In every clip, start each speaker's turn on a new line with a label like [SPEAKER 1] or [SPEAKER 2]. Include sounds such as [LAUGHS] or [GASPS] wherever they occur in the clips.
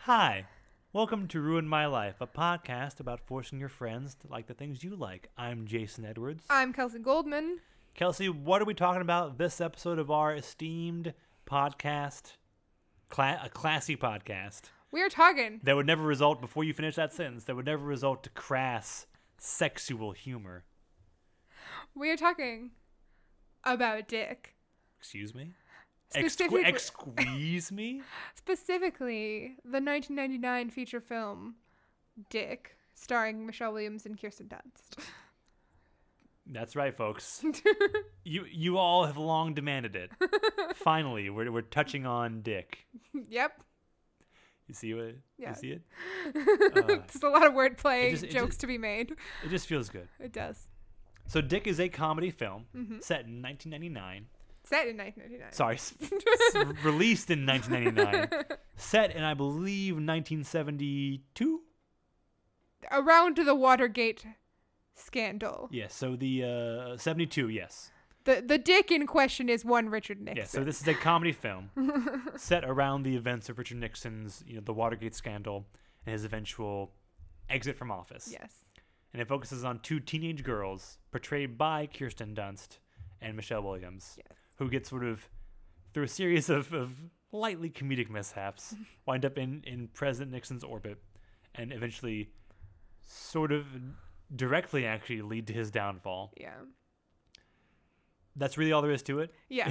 [SPEAKER 1] Hi, welcome to Ruin My Life, a podcast about forcing your friends to like the things you like. I'm Jason Edwards.
[SPEAKER 2] I'm Kelsey Goldman.
[SPEAKER 1] Kelsey, what are we talking about this episode of our esteemed podcast? Cla- a classy podcast
[SPEAKER 2] We are talking.
[SPEAKER 1] that would never result, before you finish that sentence, that would never result to crass sexual humor.
[SPEAKER 2] We are talking about dick.
[SPEAKER 1] Excuse me? Exque-
[SPEAKER 2] Specifically-
[SPEAKER 1] excuse me? [LAUGHS]
[SPEAKER 2] Specifically, the 1999 feature film Dick, starring Michelle Williams and Kirsten Dunst. [LAUGHS]
[SPEAKER 1] That's right, [LAUGHS] folks. you you all have long demanded it. Finally, we're, we're touching on dick.
[SPEAKER 2] yep.
[SPEAKER 1] You see what?
[SPEAKER 2] Yeah.
[SPEAKER 1] You see it?
[SPEAKER 2] [LAUGHS] There's a lot of wordplay
[SPEAKER 1] Uh, it just- it
[SPEAKER 2] jokes
[SPEAKER 1] just-
[SPEAKER 2] to be made.
[SPEAKER 1] It just feels good.
[SPEAKER 2] It does.
[SPEAKER 1] So Dick is a comedy film set in 1999.
[SPEAKER 2] Set in 1999.
[SPEAKER 1] Sorry, s- s- released in 1999. set in I believe 1972.
[SPEAKER 2] Around the Watergate scandal.
[SPEAKER 1] Yes. So the uh, 72. Yes.
[SPEAKER 2] The the dick in question is one Richard Nixon.
[SPEAKER 1] Yes. So this is a comedy film set around the events of Richard Nixon's, you know, the Watergate scandal and his eventual exit from office.
[SPEAKER 2] Yes.
[SPEAKER 1] And it focuses on two teenage girls portrayed by Kirsten Dunst and Michelle Williams,
[SPEAKER 2] Yes.
[SPEAKER 1] who get sort of through a series of, of lightly comedic
[SPEAKER 2] [LAUGHS]
[SPEAKER 1] mishaps, wind up in, in President Nixon's orbit, and eventually sort of directly actually lead to his downfall.
[SPEAKER 2] Yeah.
[SPEAKER 1] That's really all there is to it. [LAUGHS]
[SPEAKER 2] Yeah.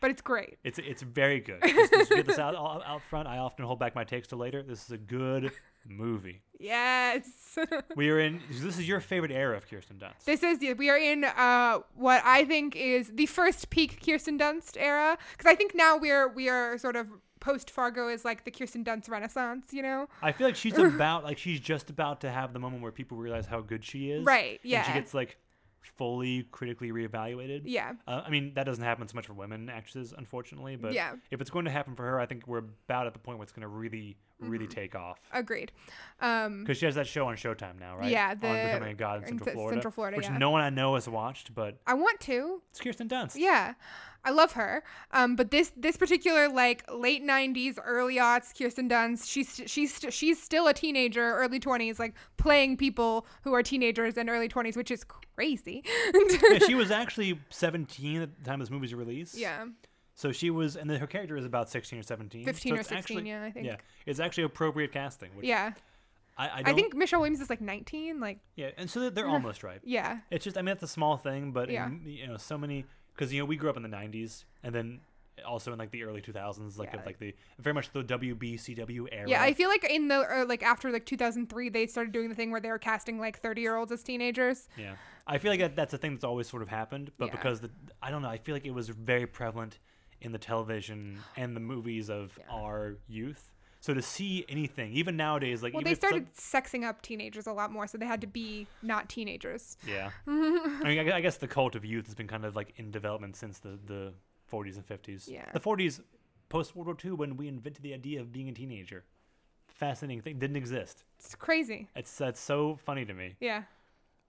[SPEAKER 2] but it's great.
[SPEAKER 1] It's it's very
[SPEAKER 2] [LAUGHS]
[SPEAKER 1] good. Just, just get this out out out front. I often hold back my takes to later. This is a good movie.
[SPEAKER 2] Yes. [LAUGHS]
[SPEAKER 1] We are in. This is your favorite era of Kirsten Dunst.
[SPEAKER 2] This is we are in uh, what I think is the first peak Kirsten Dunst era because I think now we're we are sort of post Fargo is like the Kirsten Dunst Renaissance, you know?
[SPEAKER 1] I feel like
[SPEAKER 2] [LAUGHS]
[SPEAKER 1] she's about like she's just about to have the moment where people realize how good she is. And
[SPEAKER 2] Right,
[SPEAKER 1] she
[SPEAKER 2] yeah.
[SPEAKER 1] gets like fully critically reevaluated.
[SPEAKER 2] Yeah.
[SPEAKER 1] Uh, I mean, that doesn't happen so much for women actresses, unfortunately. But
[SPEAKER 2] Yeah.
[SPEAKER 1] if it's going to happen for her, I think we're about at the point where it's going to really, really
[SPEAKER 2] Mm-hmm.
[SPEAKER 1] take off.
[SPEAKER 2] Agreed. Um,
[SPEAKER 1] Because she has that show on Showtime now, right?
[SPEAKER 2] Yeah,
[SPEAKER 1] on
[SPEAKER 2] the-
[SPEAKER 1] becoming a god in
[SPEAKER 2] in
[SPEAKER 1] Central
[SPEAKER 2] Cen-
[SPEAKER 1] Florida,
[SPEAKER 2] Central Florida,
[SPEAKER 1] which
[SPEAKER 2] yeah.
[SPEAKER 1] no one I know has watched, but
[SPEAKER 2] I want to.
[SPEAKER 1] it's Kirsten Dunst.
[SPEAKER 2] Yeah. I love her. Um, but this this particular like late 90s early aughts Kirsten Dunst, she's she's she's still a teenager, early 20s like playing people who are teenagers and early 20s, which is crazy. [LAUGHS]
[SPEAKER 1] Yeah, she was actually 17 at the time this movie's release.
[SPEAKER 2] yeah.
[SPEAKER 1] So she was, and then her character is about 16 or 17.
[SPEAKER 2] 15
[SPEAKER 1] so
[SPEAKER 2] or
[SPEAKER 1] it's
[SPEAKER 2] 16,
[SPEAKER 1] actually-
[SPEAKER 2] yeah, I think.
[SPEAKER 1] Yeah, it's actually appropriate casting. Which
[SPEAKER 2] Yeah.
[SPEAKER 1] I, I,
[SPEAKER 2] I
[SPEAKER 1] don't,
[SPEAKER 2] think Michelle Williams is like 19, like
[SPEAKER 1] Yeah, and so they're-
[SPEAKER 2] [LAUGHS]
[SPEAKER 1] they're almost right.
[SPEAKER 2] yeah.
[SPEAKER 1] It's just, I mean, it's a small thing, but
[SPEAKER 2] Yeah.
[SPEAKER 1] in, you know, so many because you know we grew up in the '90s, and then also in like the early 2000s, like
[SPEAKER 2] Yeah,
[SPEAKER 1] of like
[SPEAKER 2] like-
[SPEAKER 1] the very much the WBCW era.
[SPEAKER 2] Yeah, I feel like in the or like after like 2003, they started doing the thing where they were casting like 30 year olds as teenagers.
[SPEAKER 1] Yeah, I feel like that, that's a thing that's always sort of happened, but
[SPEAKER 2] Yeah.
[SPEAKER 1] because the, I don't know, I feel like it was very prevalent in the television and the movies of our youth. So to see anything, even nowadays, like
[SPEAKER 2] Well,
[SPEAKER 1] even
[SPEAKER 2] they
[SPEAKER 1] if some-
[SPEAKER 2] started sexing up teenagers a lot more, so they had to be not teenagers. [LAUGHS]
[SPEAKER 1] Yeah. I mean, I gu- I guess the cult of youth has been kind of like in development since the, the 40s and 50s.
[SPEAKER 2] Yeah.
[SPEAKER 1] The 40s, post World War II, when we invented the idea of being a teenager. Fascinating thing. Didn't exist.
[SPEAKER 2] It's crazy.
[SPEAKER 1] It's That's so funny to me.
[SPEAKER 2] Yeah,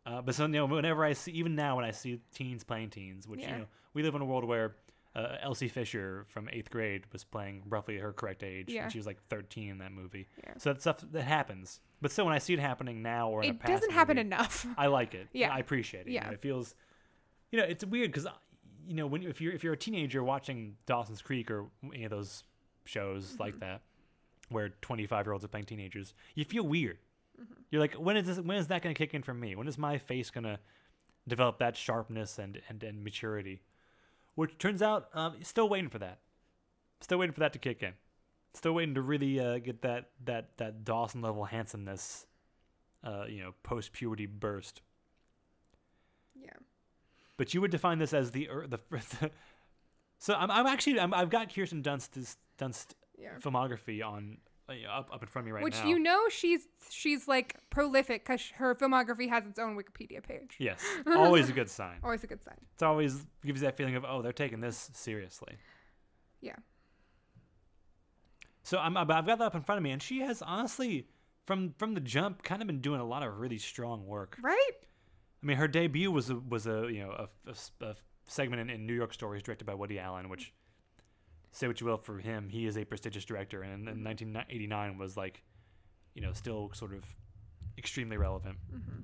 [SPEAKER 1] Uh, but so, you know, whenever I see, even now when I see teens playing teens, which, you
[SPEAKER 2] Yeah.
[SPEAKER 1] know, we live in a world where uh, Elsie Fisher from eighth grade was playing roughly her correct age.
[SPEAKER 2] Yeah.
[SPEAKER 1] And she was like 13 in that movie.
[SPEAKER 2] Yeah.
[SPEAKER 1] So that stuff that happens. But still, when I see it happening now or in a
[SPEAKER 2] it
[SPEAKER 1] past
[SPEAKER 2] doesn't happen
[SPEAKER 1] movie- [LAUGHS]
[SPEAKER 2] enough.
[SPEAKER 1] I like it. Yeah,
[SPEAKER 2] Yeah.
[SPEAKER 1] I appreciate it. you know,
[SPEAKER 2] Yeah.
[SPEAKER 1] it feels, you know, it's weird because, you know, when you- if you're if you're a teenager watching Dawson's Creek or any of those shows like that, where 25 year olds are playing teenagers, you feel weird. You're like, when is this? When is that going to kick in for me? When is my face going to develop that sharpness and and and maturity? Which turns out, um, still waiting for that. Still waiting for that to kick in. Still waiting to really uh, get that that that Dawson level handsomeness, uh, you know, post puberty burst.
[SPEAKER 2] yeah,
[SPEAKER 1] [LAUGHS] But you would define this as the ear the, the So I'm, I'm actually I'm, I've got Kirsten Dunst's Dunst
[SPEAKER 2] Yeah.
[SPEAKER 1] filmography on uh, up up in front of me right
[SPEAKER 2] Which
[SPEAKER 1] now.
[SPEAKER 2] you know she's she's like prolific because her filmography has its own Wikipedia page. [LAUGHS]
[SPEAKER 1] Yes, always a good sign.
[SPEAKER 2] Always a good sign.
[SPEAKER 1] It's always gives you that feeling of oh they're taking this seriously.
[SPEAKER 2] Yeah.
[SPEAKER 1] So I'm I've I've got that up in front of me, and she has honestly from from the jump kind of been doing a lot of really strong work.
[SPEAKER 2] Right?
[SPEAKER 1] I mean, her debut was a, was a you know a- a, s- a segment in, in New York Stories directed by Woody Allen, which say what you will for him, he is a prestigious director, and
[SPEAKER 2] Mm-hmm.
[SPEAKER 1] in, in 1989 was like you know still sort of extremely relevant.
[SPEAKER 2] Mm-hmm.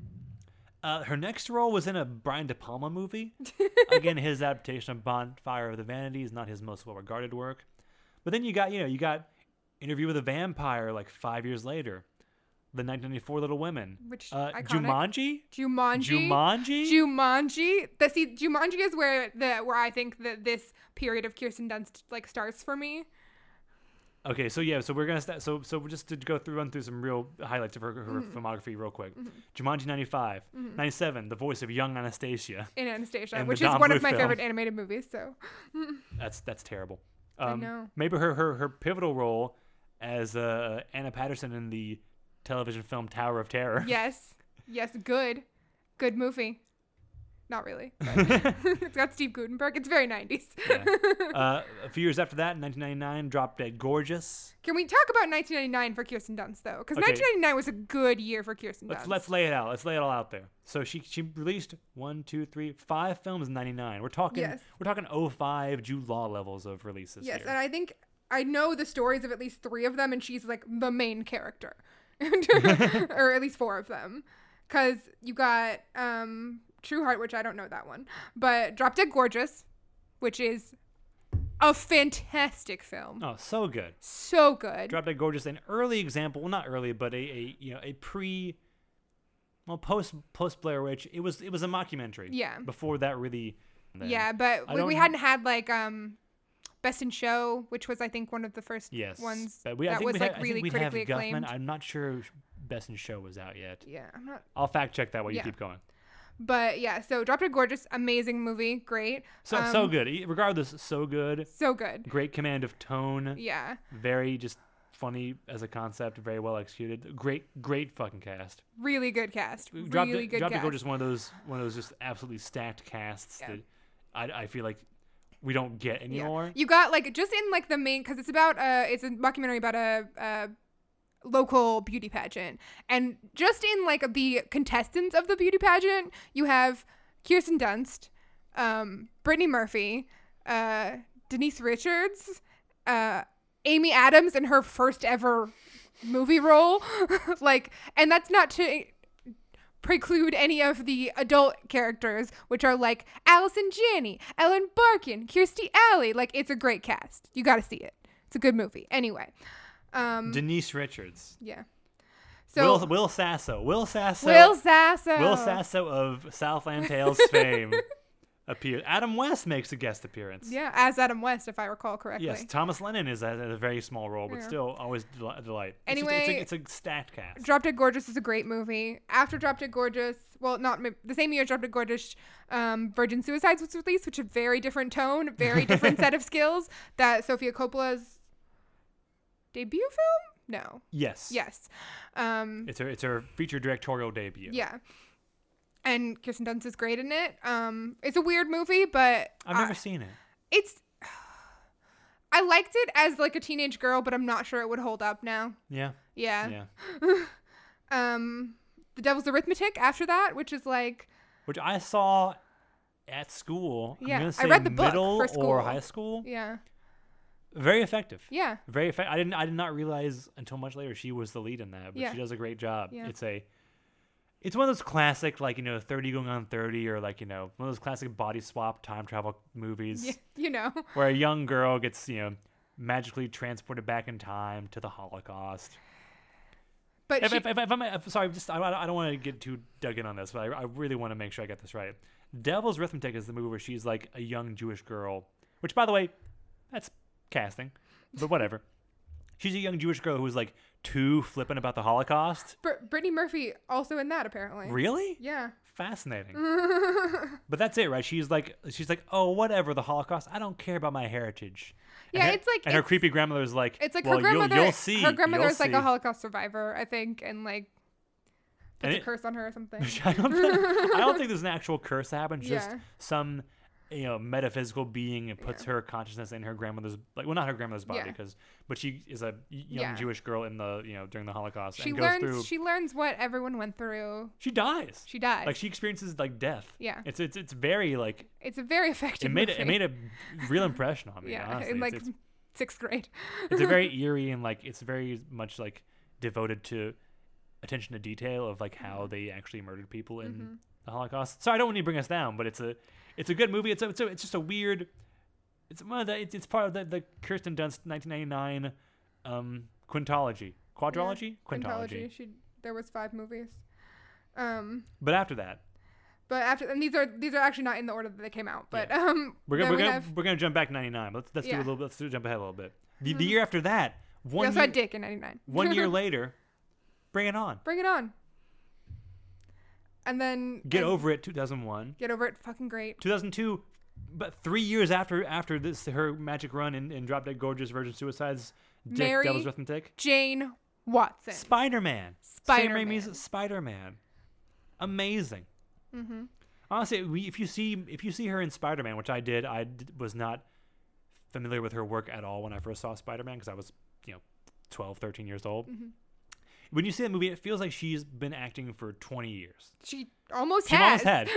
[SPEAKER 1] Uh, her next role was in a Brian De Palma
[SPEAKER 2] [LAUGHS]
[SPEAKER 1] movie. Again, his adaptation of Bonfire of the Vanities, not his most well-regarded work. But then you got you know you got Interview with a Vampire like five years later, the 1994 Little Women,
[SPEAKER 2] Which
[SPEAKER 1] uh,
[SPEAKER 2] iconic.
[SPEAKER 1] Jumanji.
[SPEAKER 2] Jumanji.
[SPEAKER 1] Jumanji?
[SPEAKER 2] Jumanji. The see Jumanji is where the where I think that this period of Kirsten Dunst like starts for me.
[SPEAKER 1] okay, so yeah, so we're gonna sta so so we're just to go through run through some real highlights of her, her
[SPEAKER 2] Mm-hmm.
[SPEAKER 1] filmography real quick. Jumanji 95, 97, the voice of young Anastasia.
[SPEAKER 2] in Anastasia,
[SPEAKER 1] And the
[SPEAKER 2] which is
[SPEAKER 1] Don
[SPEAKER 2] one
[SPEAKER 1] Bluth
[SPEAKER 2] of my
[SPEAKER 1] film.
[SPEAKER 2] favorite animated movies. So
[SPEAKER 1] That's that's terrible.
[SPEAKER 2] I
[SPEAKER 1] Um,
[SPEAKER 2] know.
[SPEAKER 1] Maybe her her her pivotal role as uh, Anna Patterson in the television film Tower of Terror.
[SPEAKER 2] yes, yes, good, good movie. Not really. [LAUGHS] but- it's got Steve Gutenberg. It's very 90s.
[SPEAKER 1] Yeah. [LAUGHS] uh, a few years after that, in 1999, Drop Dead Gorgeous.
[SPEAKER 2] [LAUGHS] Can we talk about 1999 for Kirsten Dunst though? Because
[SPEAKER 1] Okay.
[SPEAKER 2] 1999 was a good year for Kirsten
[SPEAKER 1] Let's
[SPEAKER 2] Dunst.
[SPEAKER 1] let's lay it out. Let's lay it all out there. So she she released one, two, three, five films in '99. We're talking
[SPEAKER 2] Yes.
[SPEAKER 1] we're talking 05 Jude Law levels of releases.
[SPEAKER 2] yes,
[SPEAKER 1] here.
[SPEAKER 2] and I think I know the stories of at least three of them, and she's like the main character, [LAUGHS]
[SPEAKER 1] [LAUGHS]
[SPEAKER 2] or at least four of them, because you got um, True Heart, which I don't know that one, but Drop Dead Gorgeous, which is a fantastic film,
[SPEAKER 1] oh, so good.
[SPEAKER 2] so good.
[SPEAKER 1] Drop Dead Gorgeous, an early example. Well, not early, but a, a you know a pre, well post post Blair Witch. It was it was a mockumentary.
[SPEAKER 2] Yeah.
[SPEAKER 1] Before that, really. then.
[SPEAKER 2] yeah, but
[SPEAKER 1] I
[SPEAKER 2] we, we
[SPEAKER 1] don't-
[SPEAKER 2] hadn't had like um, Best in Show, which was I think one of the first
[SPEAKER 1] Yes.
[SPEAKER 2] ones
[SPEAKER 1] But we, I
[SPEAKER 2] that
[SPEAKER 1] think
[SPEAKER 2] was
[SPEAKER 1] we
[SPEAKER 2] like
[SPEAKER 1] had, I
[SPEAKER 2] really
[SPEAKER 1] think we'd
[SPEAKER 2] critically
[SPEAKER 1] have Guffman.
[SPEAKER 2] acclaimed.
[SPEAKER 1] I'm not sure if Best in Show was out yet.
[SPEAKER 2] yeah, I'm not
[SPEAKER 1] I'll fact check that while you
[SPEAKER 2] Yeah.
[SPEAKER 1] keep going.
[SPEAKER 2] But yeah, so Drop Dead Gorgeous, amazing movie, great.
[SPEAKER 1] So
[SPEAKER 2] Um,
[SPEAKER 1] so good. E- Regardless, so good.
[SPEAKER 2] So good.
[SPEAKER 1] Great command of tone.
[SPEAKER 2] Yeah.
[SPEAKER 1] Very just funny as a concept. Very well executed. Great great fucking cast.
[SPEAKER 2] Really good cast.
[SPEAKER 1] Drop
[SPEAKER 2] really
[SPEAKER 1] Dead-
[SPEAKER 2] good
[SPEAKER 1] Drop Dead
[SPEAKER 2] cast.
[SPEAKER 1] Gorgeous, one of those one of those just absolutely stacked casts
[SPEAKER 2] Yeah.
[SPEAKER 1] that I, I feel like we don't get
[SPEAKER 2] Yeah.
[SPEAKER 1] anymore.
[SPEAKER 2] You got like just in like the main cuz it's about uh it's a documentary about a uh local beauty pageant. And just in like the contestants of the beauty pageant, you have Kirsten Dunst, um Brittany Murphy, uh Denise Richards, uh Amy Adams in her first ever movie role. [LAUGHS] like and that's not to preclude any of the adult characters, which are like Allison Janney, Ellen Barkin, Kirstie Alley. Like it's a great cast. You got to see it. It's a good movie. Anyway, um,
[SPEAKER 1] Denise Richards.
[SPEAKER 2] yeah. So
[SPEAKER 1] Will
[SPEAKER 2] Will,
[SPEAKER 1] Will Sasso. Will Sasso.
[SPEAKER 2] Sasso.
[SPEAKER 1] Will Sasso of
[SPEAKER 2] [LAUGHS]
[SPEAKER 1] Southland Tales fame appears. Adam West makes a guest appearance.
[SPEAKER 2] Yeah, as Adam West, if I recall correctly.
[SPEAKER 1] Yes, Thomas Lennon is at a very small role, but
[SPEAKER 2] Yeah.
[SPEAKER 1] still always del- a delight. It's just-
[SPEAKER 2] Anyway-
[SPEAKER 1] it's, a, it's a stacked cast.
[SPEAKER 2] Drop Dead Gorgeous is a great movie. After Drop Dead Gorgeous, well, not ma- the same year Drop Dead Gorgeous, um, Virgin Suicides was released, which a very different tone,
[SPEAKER 1] [LAUGHS]
[SPEAKER 2] very different set of skills that Sofia Coppola's debut film. No,
[SPEAKER 1] yes.
[SPEAKER 2] yes, um,
[SPEAKER 1] It's her it's her feature directorial debut.
[SPEAKER 2] yeah, and Kirsten Dunst is great in it. Um, it's a weird movie, but
[SPEAKER 1] I've
[SPEAKER 2] I-
[SPEAKER 1] never seen it.
[SPEAKER 2] it's. I liked it as like a teenage girl, but I'm not sure it would hold up now.
[SPEAKER 1] Yeah.
[SPEAKER 2] Yeah.
[SPEAKER 1] Yeah.
[SPEAKER 2] Um, The Devil's Arithmetic after that, which is like
[SPEAKER 1] Which I saw at school. I'm
[SPEAKER 2] Yeah,
[SPEAKER 1] gonna
[SPEAKER 2] I
[SPEAKER 1] say
[SPEAKER 2] read the book
[SPEAKER 1] middle
[SPEAKER 2] for
[SPEAKER 1] or
[SPEAKER 2] school.
[SPEAKER 1] high school.
[SPEAKER 2] Yeah.
[SPEAKER 1] Very effective.
[SPEAKER 2] Yeah.
[SPEAKER 1] Very effective. I didn't I did not realize until much later she was the lead in that, but
[SPEAKER 2] Yeah.
[SPEAKER 1] she does a great job.
[SPEAKER 2] Yeah.
[SPEAKER 1] It's a it's one of those classic like, you know, 30 going on 30 or like, you know, one of those classic body swap time travel movies.
[SPEAKER 2] Y- [LAUGHS] You know.
[SPEAKER 1] where a young girl gets you know magically transported back in time to the Holocaust.
[SPEAKER 2] But
[SPEAKER 1] If,
[SPEAKER 2] she,
[SPEAKER 1] if, if, if I'm if, sorry, just I, I don't want to get too dug in on this, but I, I really want to make sure I get this right. Devil's Arithmetic is the movie where she's like a young Jewish girl, which by the way, that's casting, but
[SPEAKER 2] [LAUGHS]
[SPEAKER 1] whatever. she's a young Jewish girl who's like too flippant about the Holocaust.
[SPEAKER 2] Br- Brittany Murphy also in that apparently.
[SPEAKER 1] Really?
[SPEAKER 2] Yeah. [LAUGHS]
[SPEAKER 1] fascinating. but that's it, right? She's like, she's like, oh, whatever the Holocaust. I don't care about my heritage. And
[SPEAKER 2] Yeah,
[SPEAKER 1] her-
[SPEAKER 2] it's like-
[SPEAKER 1] and her
[SPEAKER 2] it's-
[SPEAKER 1] creepy grandmother's like,
[SPEAKER 2] It's like
[SPEAKER 1] well,
[SPEAKER 2] her grandmother.
[SPEAKER 1] You'll, you'll see.
[SPEAKER 2] her grandmother's
[SPEAKER 1] you'll
[SPEAKER 2] like a
[SPEAKER 1] see."
[SPEAKER 2] Holocaust survivor, I think, and like
[SPEAKER 1] And
[SPEAKER 2] puts a
[SPEAKER 1] it-
[SPEAKER 2] curse on her
[SPEAKER 1] [LAUGHS]
[SPEAKER 2] or something.
[SPEAKER 1] I don't, think, I don't think there's an actual curse that happened. Just
[SPEAKER 2] Yeah.
[SPEAKER 1] some, you know, metaphysical being that puts her consciousness in her grandmother's, like, well, not her grandmother's body,
[SPEAKER 2] Yeah.
[SPEAKER 1] because, but she is a y- young
[SPEAKER 2] Yeah.
[SPEAKER 1] Jewish girl in the, you know, during the Holocaust
[SPEAKER 2] She
[SPEAKER 1] and goes
[SPEAKER 2] learns.
[SPEAKER 1] through.
[SPEAKER 2] She learns what everyone went through.
[SPEAKER 1] she dies.
[SPEAKER 2] She dies.
[SPEAKER 1] like she experiences like death.
[SPEAKER 2] Yeah.
[SPEAKER 1] It's it's it's very like
[SPEAKER 2] it's a very [LAUGHS] effective.
[SPEAKER 1] it made it,
[SPEAKER 2] movie.
[SPEAKER 1] it made a real impression on me.
[SPEAKER 2] [LAUGHS] yeah,
[SPEAKER 1] honestly,
[SPEAKER 2] in
[SPEAKER 1] It's-
[SPEAKER 2] like
[SPEAKER 1] it's,
[SPEAKER 2] sixth grade.
[SPEAKER 1] it's
[SPEAKER 2] [LAUGHS]
[SPEAKER 1] a very eerie and like it's very much like devoted to attention to detail of like
[SPEAKER 2] Mm-hmm.
[SPEAKER 1] how they actually murdered people in the Holocaust. So I don't want you to bring us down, but it's a it's a good movie. It's a, it's, a, it's just a weird. It's one of the it's, it's part of the, the Kirsten Dunst 1999 um quintology quadrology quintology.
[SPEAKER 2] Quintology. She there was five movies. Um,
[SPEAKER 1] But after that,
[SPEAKER 2] but after and these are these are actually not in the order that they came out. But um,
[SPEAKER 1] we're gonna we're
[SPEAKER 2] then we
[SPEAKER 1] gonna,
[SPEAKER 2] have-
[SPEAKER 1] we're gonna jump back 99. Let's let's do
[SPEAKER 2] Yeah. Mm-hmm.
[SPEAKER 1] a little let's do, jump ahead a little bit. The, the year after that,
[SPEAKER 2] we
[SPEAKER 1] one
[SPEAKER 2] also had
[SPEAKER 1] year,
[SPEAKER 2] Dick in '99.
[SPEAKER 1] one
[SPEAKER 2] [LAUGHS]
[SPEAKER 1] year later, bring it on.
[SPEAKER 2] Bring it on. And then
[SPEAKER 1] Get
[SPEAKER 2] and
[SPEAKER 1] over it 2001.
[SPEAKER 2] Get over it. Fucking great.
[SPEAKER 1] 2002 but three years after after this her magic run in, in drop dead gorgeous virgin suicides dick
[SPEAKER 2] Mary-
[SPEAKER 1] devil's arithmetic
[SPEAKER 2] Jane Watson.
[SPEAKER 1] spider-man Sam Raimi's
[SPEAKER 2] Spider-Man.
[SPEAKER 1] spider-man amazing
[SPEAKER 2] Mm-hmm.
[SPEAKER 1] honestly we, if you see if you see her in spider-man which i did I d- was not familiar with her work at all when i first saw spider-man because i was you know 12 13 years old
[SPEAKER 2] Mm-hmm.
[SPEAKER 1] when you see that movie it feels like she's been acting for 20 years
[SPEAKER 2] she almost
[SPEAKER 1] she
[SPEAKER 2] has.
[SPEAKER 1] almost had.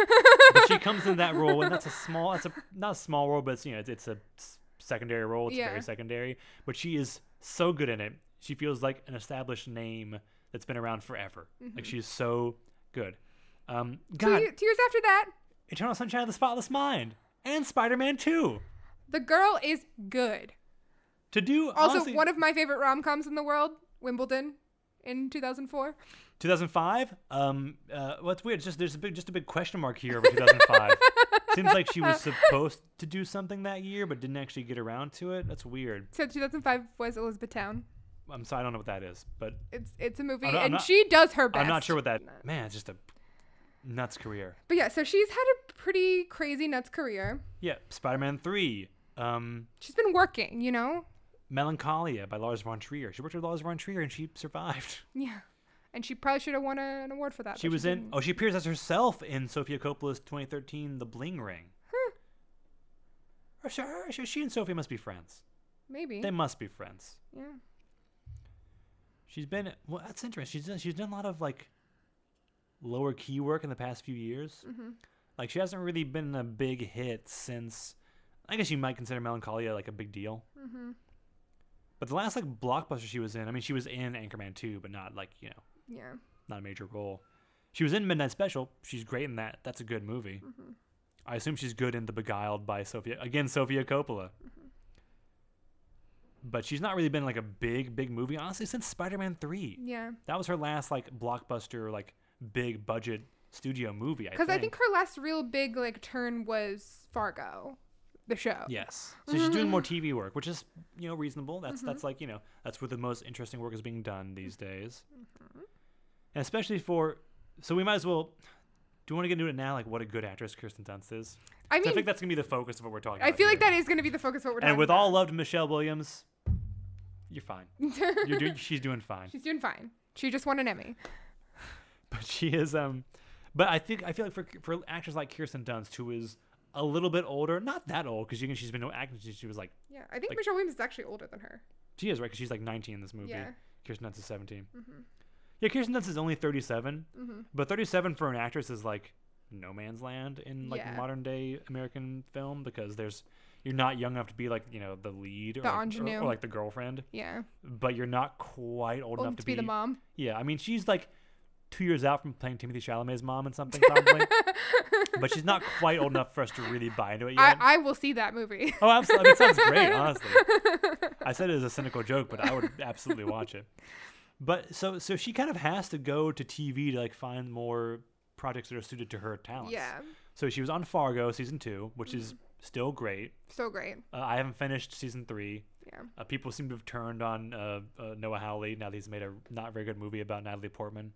[SPEAKER 1] but she comes in that role, and that's a small, that's a not a small role, but it's you know it's, it's a s- secondary role. It's
[SPEAKER 2] Yeah.
[SPEAKER 1] very secondary, but she is so good in it. She feels like an established name that's been around forever.
[SPEAKER 2] Mm-hmm.
[SPEAKER 1] Like she's so good. Um,
[SPEAKER 2] Two,
[SPEAKER 1] God,
[SPEAKER 2] ye- two years after that,
[SPEAKER 1] Eternal Sunshine of the Spotless Mind and Spider-Man Two.
[SPEAKER 2] the girl is good.
[SPEAKER 1] To do
[SPEAKER 2] Also,
[SPEAKER 1] honestly,
[SPEAKER 2] one of my favorite rom coms in the world, Wimbledon, in 2004.
[SPEAKER 1] 2005. Um, uh, what's weird? Just there's a big, just a big question mark here over 2005. Seems like she
[SPEAKER 2] [LAUGHS]
[SPEAKER 1] was supposed to do something that year, but didn't actually get around to it. That's weird.
[SPEAKER 2] So 2005 was Elizabethtown.
[SPEAKER 1] I'm sorry, I don't know what that is, but
[SPEAKER 2] It's it's a movie,
[SPEAKER 1] I'm not- I'm
[SPEAKER 2] and
[SPEAKER 1] not-
[SPEAKER 2] she does her best.
[SPEAKER 1] I'm not sure what that. Man, it's just a nuts career.
[SPEAKER 2] But yeah, so she's had a pretty crazy nuts career.
[SPEAKER 1] Yeah, Spider-Man Three, um,
[SPEAKER 2] She's been working, you know.
[SPEAKER 1] Melancholia by Lars von Trier. She worked with Lars von Trier and she survived.
[SPEAKER 2] Yeah, and she probably should have won a, an award for that.
[SPEAKER 1] She
[SPEAKER 2] but
[SPEAKER 1] was in.
[SPEAKER 2] didn't.
[SPEAKER 1] Oh, she appears as herself in Sofia Coppola's 2013 The Bling Ring. Or she, or she- she and Sophia must be friends.
[SPEAKER 2] maybe.
[SPEAKER 1] They must be friends.
[SPEAKER 2] yeah,
[SPEAKER 1] She's been well. That's interesting. She's done, she's done a lot of like lower key work in the past few years.
[SPEAKER 2] Mm-hmm.
[SPEAKER 1] Like she hasn't really been a big hit since. I guess you might consider Melancholia like a big deal.
[SPEAKER 2] Mm-hmm.
[SPEAKER 1] But the last like blockbuster she was in, I mean, she was in Anchorman 2, but not like you know,
[SPEAKER 2] yeah.
[SPEAKER 1] not a major role. She was in Midnight Special. She's great in that. That's a good movie.
[SPEAKER 2] Mm-hmm.
[SPEAKER 1] I assume she's good in The Beguiled by Sophia again, Sophia Coppola.
[SPEAKER 2] Mm-hmm.
[SPEAKER 1] But she's not really been like a big, big movie honestly since Spider-Man 3.
[SPEAKER 2] Yeah.
[SPEAKER 1] That was her last like blockbuster, like big budget studio movie. I
[SPEAKER 2] Because
[SPEAKER 1] think.
[SPEAKER 2] I think her last real big like turn was Fargo, the show.
[SPEAKER 1] yes. So she's doing more TV work, which is you know reasonable. That's
[SPEAKER 2] Mm-hmm.
[SPEAKER 1] that's like you know that's where the most interesting work is being done these days,
[SPEAKER 2] Mm-hmm.
[SPEAKER 1] and especially for. So we might as well. Do you want to get into it now? Like what a good actress Kirsten Dunst is.
[SPEAKER 2] I
[SPEAKER 1] 'Cause
[SPEAKER 2] mean,
[SPEAKER 1] I think that's gonna be the focus of what we're talking.
[SPEAKER 2] I
[SPEAKER 1] about
[SPEAKER 2] feel like
[SPEAKER 1] here.
[SPEAKER 2] that is going to be the focus of what we're
[SPEAKER 1] And
[SPEAKER 2] talking
[SPEAKER 1] with
[SPEAKER 2] about.
[SPEAKER 1] all loved Michelle Williams, you're fine. You're doing. she's doing fine.
[SPEAKER 2] [LAUGHS] She's doing fine. She just won an Emmy.
[SPEAKER 1] but she is um but i think i feel like for for actors like kirsten dunst who is a little bit older not that old because you can she's been acting since she was like
[SPEAKER 2] Yeah, I think
[SPEAKER 1] Like-
[SPEAKER 2] Michelle Williams is actually older than her.
[SPEAKER 1] she is right because she's like 19 in this movie
[SPEAKER 2] Yeah. Mm-hmm.
[SPEAKER 1] kirsten dunst is 17 yeah kirsten dunst is only 37 but 37 for an actress is like no man's land in like
[SPEAKER 2] Yeah.
[SPEAKER 1] modern day american film because there's you're not young enough to be like you know the lead or,
[SPEAKER 2] The
[SPEAKER 1] like, or,
[SPEAKER 2] ingenue.
[SPEAKER 1] or, like the girlfriend
[SPEAKER 2] Yeah,
[SPEAKER 1] but you're not quite old,
[SPEAKER 2] old
[SPEAKER 1] enough
[SPEAKER 2] to, be, the mom.
[SPEAKER 1] Yeah, I mean, she's like two years out from playing Timothy Chalamet's mom and
[SPEAKER 2] [LAUGHS]
[SPEAKER 1] something, probably. but she's not quite old enough for us to really buy into it yet.
[SPEAKER 2] I, I will see that movie. [LAUGHS]
[SPEAKER 1] oh, absolutely. It sounds great, honestly. I said it as a cynical joke, but I would absolutely watch it. But so, so she kind of has to go to TV to like find more projects that are suited to her talents.
[SPEAKER 2] yeah, Mm-hmm.
[SPEAKER 1] So she was on Fargo season two, which is still great.
[SPEAKER 2] so great.
[SPEAKER 1] Uh, I haven't finished season three.
[SPEAKER 2] Yeah,
[SPEAKER 1] Uh, people seem to have turned on uh, uh, Noah Hawley now that he's made a not very good movie about Natalie Portman.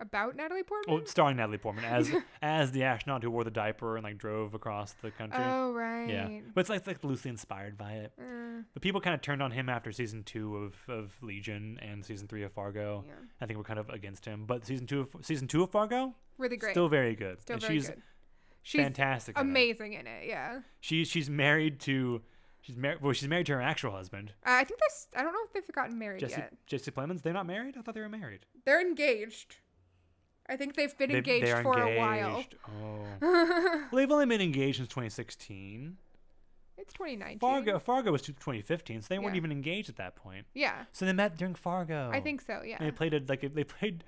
[SPEAKER 2] about Natalie
[SPEAKER 1] Well,
[SPEAKER 2] Portman.
[SPEAKER 1] starring Natalie Portman
[SPEAKER 2] [LAUGHS]
[SPEAKER 1] as as the astronaut who wore the diaper and like drove across the country.
[SPEAKER 2] oh right.
[SPEAKER 1] Yeah, but it's like, it's like loosely inspired by it.
[SPEAKER 2] Mm,
[SPEAKER 1] But people kind of turned on him after season two of, of Legion and season three of Fargo.
[SPEAKER 2] yeah.
[SPEAKER 1] I think we're kind of against him. But season two of season two of Fargo,
[SPEAKER 2] Really great.
[SPEAKER 1] still very good.
[SPEAKER 2] Still
[SPEAKER 1] and
[SPEAKER 2] very
[SPEAKER 1] she's
[SPEAKER 2] good. She's
[SPEAKER 1] fantastic. in it.
[SPEAKER 2] amazing in it. Yeah.
[SPEAKER 1] She's she's married to she's married. Well, she's married to her actual husband,
[SPEAKER 2] Uh, I think they're. s- I don't know if they've gotten married
[SPEAKER 1] Jesse
[SPEAKER 2] yet.
[SPEAKER 1] Jesse Plemons. They're not married. I thought they were married.
[SPEAKER 2] They're engaged. I think they've been
[SPEAKER 1] They-
[SPEAKER 2] engaged
[SPEAKER 1] they're
[SPEAKER 2] for a while.
[SPEAKER 1] engaged. Oh. well, they've only been engaged since 2016.
[SPEAKER 2] [LAUGHS] It's 2019.
[SPEAKER 1] Fargo Fargo was 2015, so they weren't
[SPEAKER 2] Yeah.
[SPEAKER 1] even engaged at that point.
[SPEAKER 2] Yeah,
[SPEAKER 1] So they met during Fargo.
[SPEAKER 2] I think so. Yeah.
[SPEAKER 1] And they played a, like they played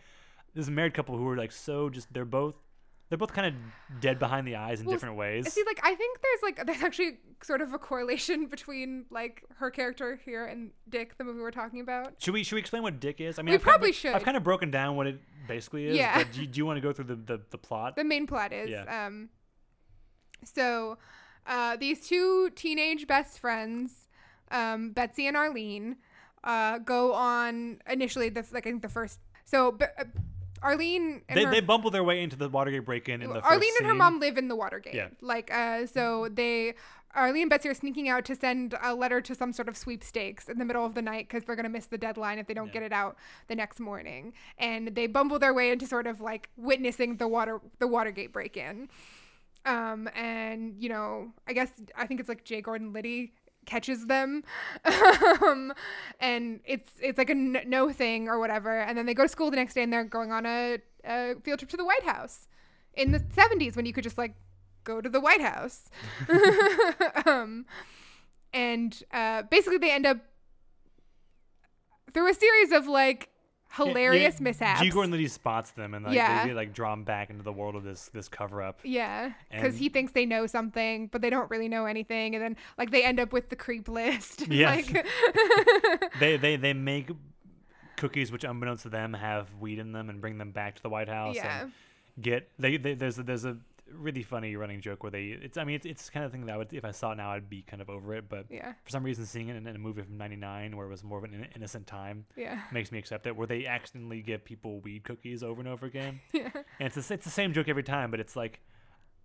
[SPEAKER 1] this married couple who were like so just they're both they're both kind of dead behind the eyes in
[SPEAKER 2] Well,
[SPEAKER 1] different ways.
[SPEAKER 2] See, like, I think there's like there's actually sort of a correlation [LAUGHS] between like her character here and Dick, the movie we're talking about.
[SPEAKER 1] Should we should we explain what Dick is? I mean,
[SPEAKER 2] We
[SPEAKER 1] I've kinda-
[SPEAKER 2] probably should.
[SPEAKER 1] I've kind of broken down what it basically is.
[SPEAKER 2] Yeah.
[SPEAKER 1] But do, you- do you want to go through the the, the plot?
[SPEAKER 2] The main plot is
[SPEAKER 1] Yeah.
[SPEAKER 2] um, so uh, these two teenage best friends, um, Betsy and Arlene, uh, go on initially the like I think the first so. But, uh, Arlene and
[SPEAKER 1] They,
[SPEAKER 2] her,
[SPEAKER 1] they bumble their way into the Watergate break-in in the first
[SPEAKER 2] Arlene and her
[SPEAKER 1] scene.
[SPEAKER 2] mom live in the Watergate.
[SPEAKER 1] Yeah.
[SPEAKER 2] Like, uh, so they, Arlene and Betsy are sneaking out to send a letter to some sort of sweepstakes in the middle of the night because they're going to miss the deadline if they don't get it out the next morning. And they bumble their way into sort of like witnessing the water, the Watergate break in. Um, and you know, I guess I think it's like Jay Gordon Liddy catches them, [LAUGHS] um, and it's it's like a n- no thing or whatever. And then they go to school the next day, and they're going on a, a field trip to the White House in the '70s when you could just like go to the
[SPEAKER 1] [LAUGHS]
[SPEAKER 2] White House. um, and uh, basically, they end up through a series of like
[SPEAKER 1] Yeah, yeah,
[SPEAKER 2] hilarious mishaps.
[SPEAKER 1] G. Gordon Liddy spots them and like
[SPEAKER 2] Yeah.
[SPEAKER 1] they get like drawn back into the world of this this cover-up.
[SPEAKER 2] Yeah, because
[SPEAKER 1] And-
[SPEAKER 2] he thinks they know something, but they don't really know anything, and then like they end up with the creep list. [LAUGHS]
[SPEAKER 1] Yeah. [LAUGHS]
[SPEAKER 2] like,
[SPEAKER 1] They they they make cookies which, unbeknownst to them, have weed in them and bring them back to the White House.
[SPEAKER 2] yeah,
[SPEAKER 1] And get they, they there's a, there's a really funny running joke where they it's I mean it's it's the kind of thing that I would if I saw it now I'd be kind of over it, but
[SPEAKER 2] yeah,
[SPEAKER 1] for some reason seeing it in, in a movie from '99 where it was more of an in- innocent time
[SPEAKER 2] yeah, [LAUGHS]
[SPEAKER 1] makes me accept it. Where they accidentally give people weed cookies over and over
[SPEAKER 2] [LAUGHS]
[SPEAKER 1] again.
[SPEAKER 2] yeah.
[SPEAKER 1] and it's the, s- it's the same joke every time, but it's like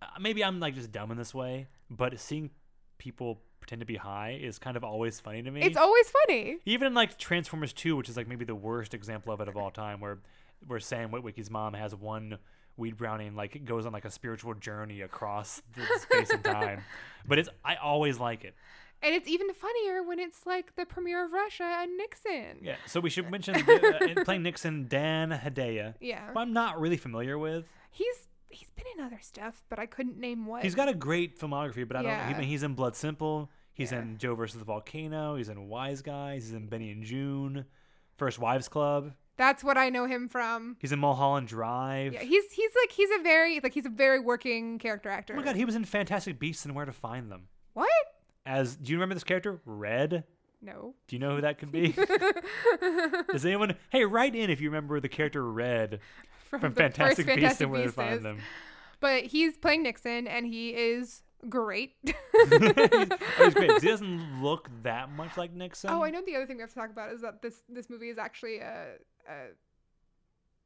[SPEAKER 1] uh, maybe I'm like just dumb in this way, but seeing people pretend to be high is kind of always funny to me.
[SPEAKER 2] It's always funny.
[SPEAKER 1] Even in like Transformers 2, which is like maybe the worst example of it of all time, where where Sam Witwicky's mom has one weed brownie and like goes on like a spiritual journey across the space and
[SPEAKER 2] [LAUGHS]
[SPEAKER 1] time. But it's I always like it.
[SPEAKER 2] And it's even funnier when it's like the premiere of Russia and Nixon.
[SPEAKER 1] Yeah. So we should mention the, uh, playing Nixon Dan Hedaya,
[SPEAKER 2] Yeah.
[SPEAKER 1] who I'm not really familiar with.
[SPEAKER 2] He's he's been in other stuff, but I couldn't name what.
[SPEAKER 1] He's got a great filmography, but I don't.
[SPEAKER 2] Yeah.
[SPEAKER 1] He, he's in Blood Simple. He's
[SPEAKER 2] Yeah.
[SPEAKER 1] in Joe versus the Volcano. He's in Wise Guys. He's in Benny and June, First Wives Club.
[SPEAKER 2] That's what I know him from.
[SPEAKER 1] He's in Mulholland Drive.
[SPEAKER 2] Yeah, he's he's like he's a very like he's a very working character actor.
[SPEAKER 1] oh my God, he was in Fantastic Beasts and Where to Find Them.
[SPEAKER 2] What?
[SPEAKER 1] As do you remember this character Red? [LAUGHS]
[SPEAKER 2] No.
[SPEAKER 1] Do you know who that could
[SPEAKER 2] [LAUGHS]
[SPEAKER 1] be? Does anyone? Hey, write in if you remember the character
[SPEAKER 2] [LAUGHS]
[SPEAKER 1] Red from
[SPEAKER 2] the first
[SPEAKER 1] Fantastic Beasts and Where to
[SPEAKER 2] Fantastic
[SPEAKER 1] Find
[SPEAKER 2] Beasts. [LAUGHS]
[SPEAKER 1] Them. [LAUGHS]
[SPEAKER 2] But he's playing Nixon and he is great.
[SPEAKER 1] he's, [LAUGHS] oh, he's great. um, 'cause He doesn't look that much like Nixon.
[SPEAKER 2] [LAUGHS] oh, I know the other thing we have to talk about is that this this movie is actually a, a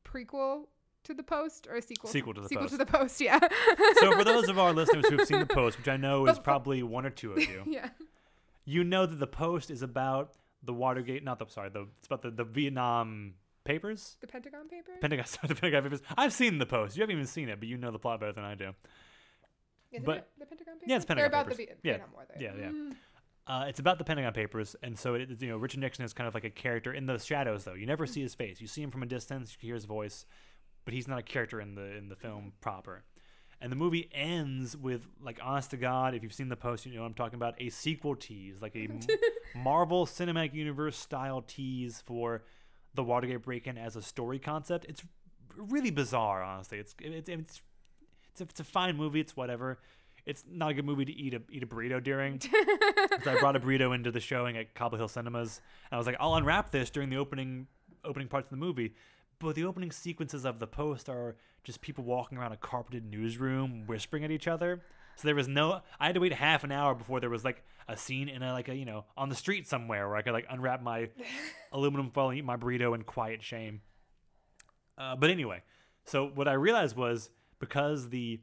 [SPEAKER 2] prequel to The Post or a sequel.
[SPEAKER 1] Sequel to The
[SPEAKER 2] sequel
[SPEAKER 1] Post.
[SPEAKER 2] to The Post, yeah.
[SPEAKER 1] So for those of
[SPEAKER 2] [LAUGHS]
[SPEAKER 1] our listeners who have seen the post, which I know is
[SPEAKER 2] But- but-
[SPEAKER 1] probably one or two of you,
[SPEAKER 2] [LAUGHS] yeah.
[SPEAKER 1] you know that the post is about the Watergate, not the sorry, the it's about the, the Vietnam papers,
[SPEAKER 2] The Pentagon Papers?
[SPEAKER 1] Pentagon, [LAUGHS] sorry, the Pentagon papers. I've seen the post. You haven't even seen it, but you know the plot better than I do.
[SPEAKER 2] Isn't
[SPEAKER 1] but-
[SPEAKER 2] it the Pentagon Papers?
[SPEAKER 1] Yeah, it's
[SPEAKER 2] They're
[SPEAKER 1] Pentagon
[SPEAKER 2] about the
[SPEAKER 1] Papers.
[SPEAKER 2] Viet-
[SPEAKER 1] Yeah.
[SPEAKER 2] Vietnam War. Though.
[SPEAKER 1] Yeah, yeah.
[SPEAKER 2] Mm.
[SPEAKER 1] Uh, it's about the Pentagon Papers, and so it, you know Richard Nixon is kind of like a character in the shadows, though. You never see his face. You see him from a distance, you hear his voice, but he's not a character in the in the film proper. And the movie ends with like, honest to God, if you've seen the post, you know what I'm talking about a sequel tease, like a M- Marvel Cinematic Universe style tease for the Watergate break-in as a story concept. It's really bizarre, honestly. It's it's it's it's a, it's a fine movie. It's whatever. It's not a good movie to eat a eat a burrito during. 'Cause I brought a burrito into the showing at Cobble Hill Cinemas, and I was like, I'll unwrap this during the opening opening parts of the movie. But the opening sequences of the post are just people walking around a carpeted newsroom, whispering at each other. So there was no. I had to wait half an hour before there was like a scene in a like a you know on the street somewhere where I could like unwrap my aluminum foil and eat my burrito in quiet shame. Uh, but anyway, So what I realized was because the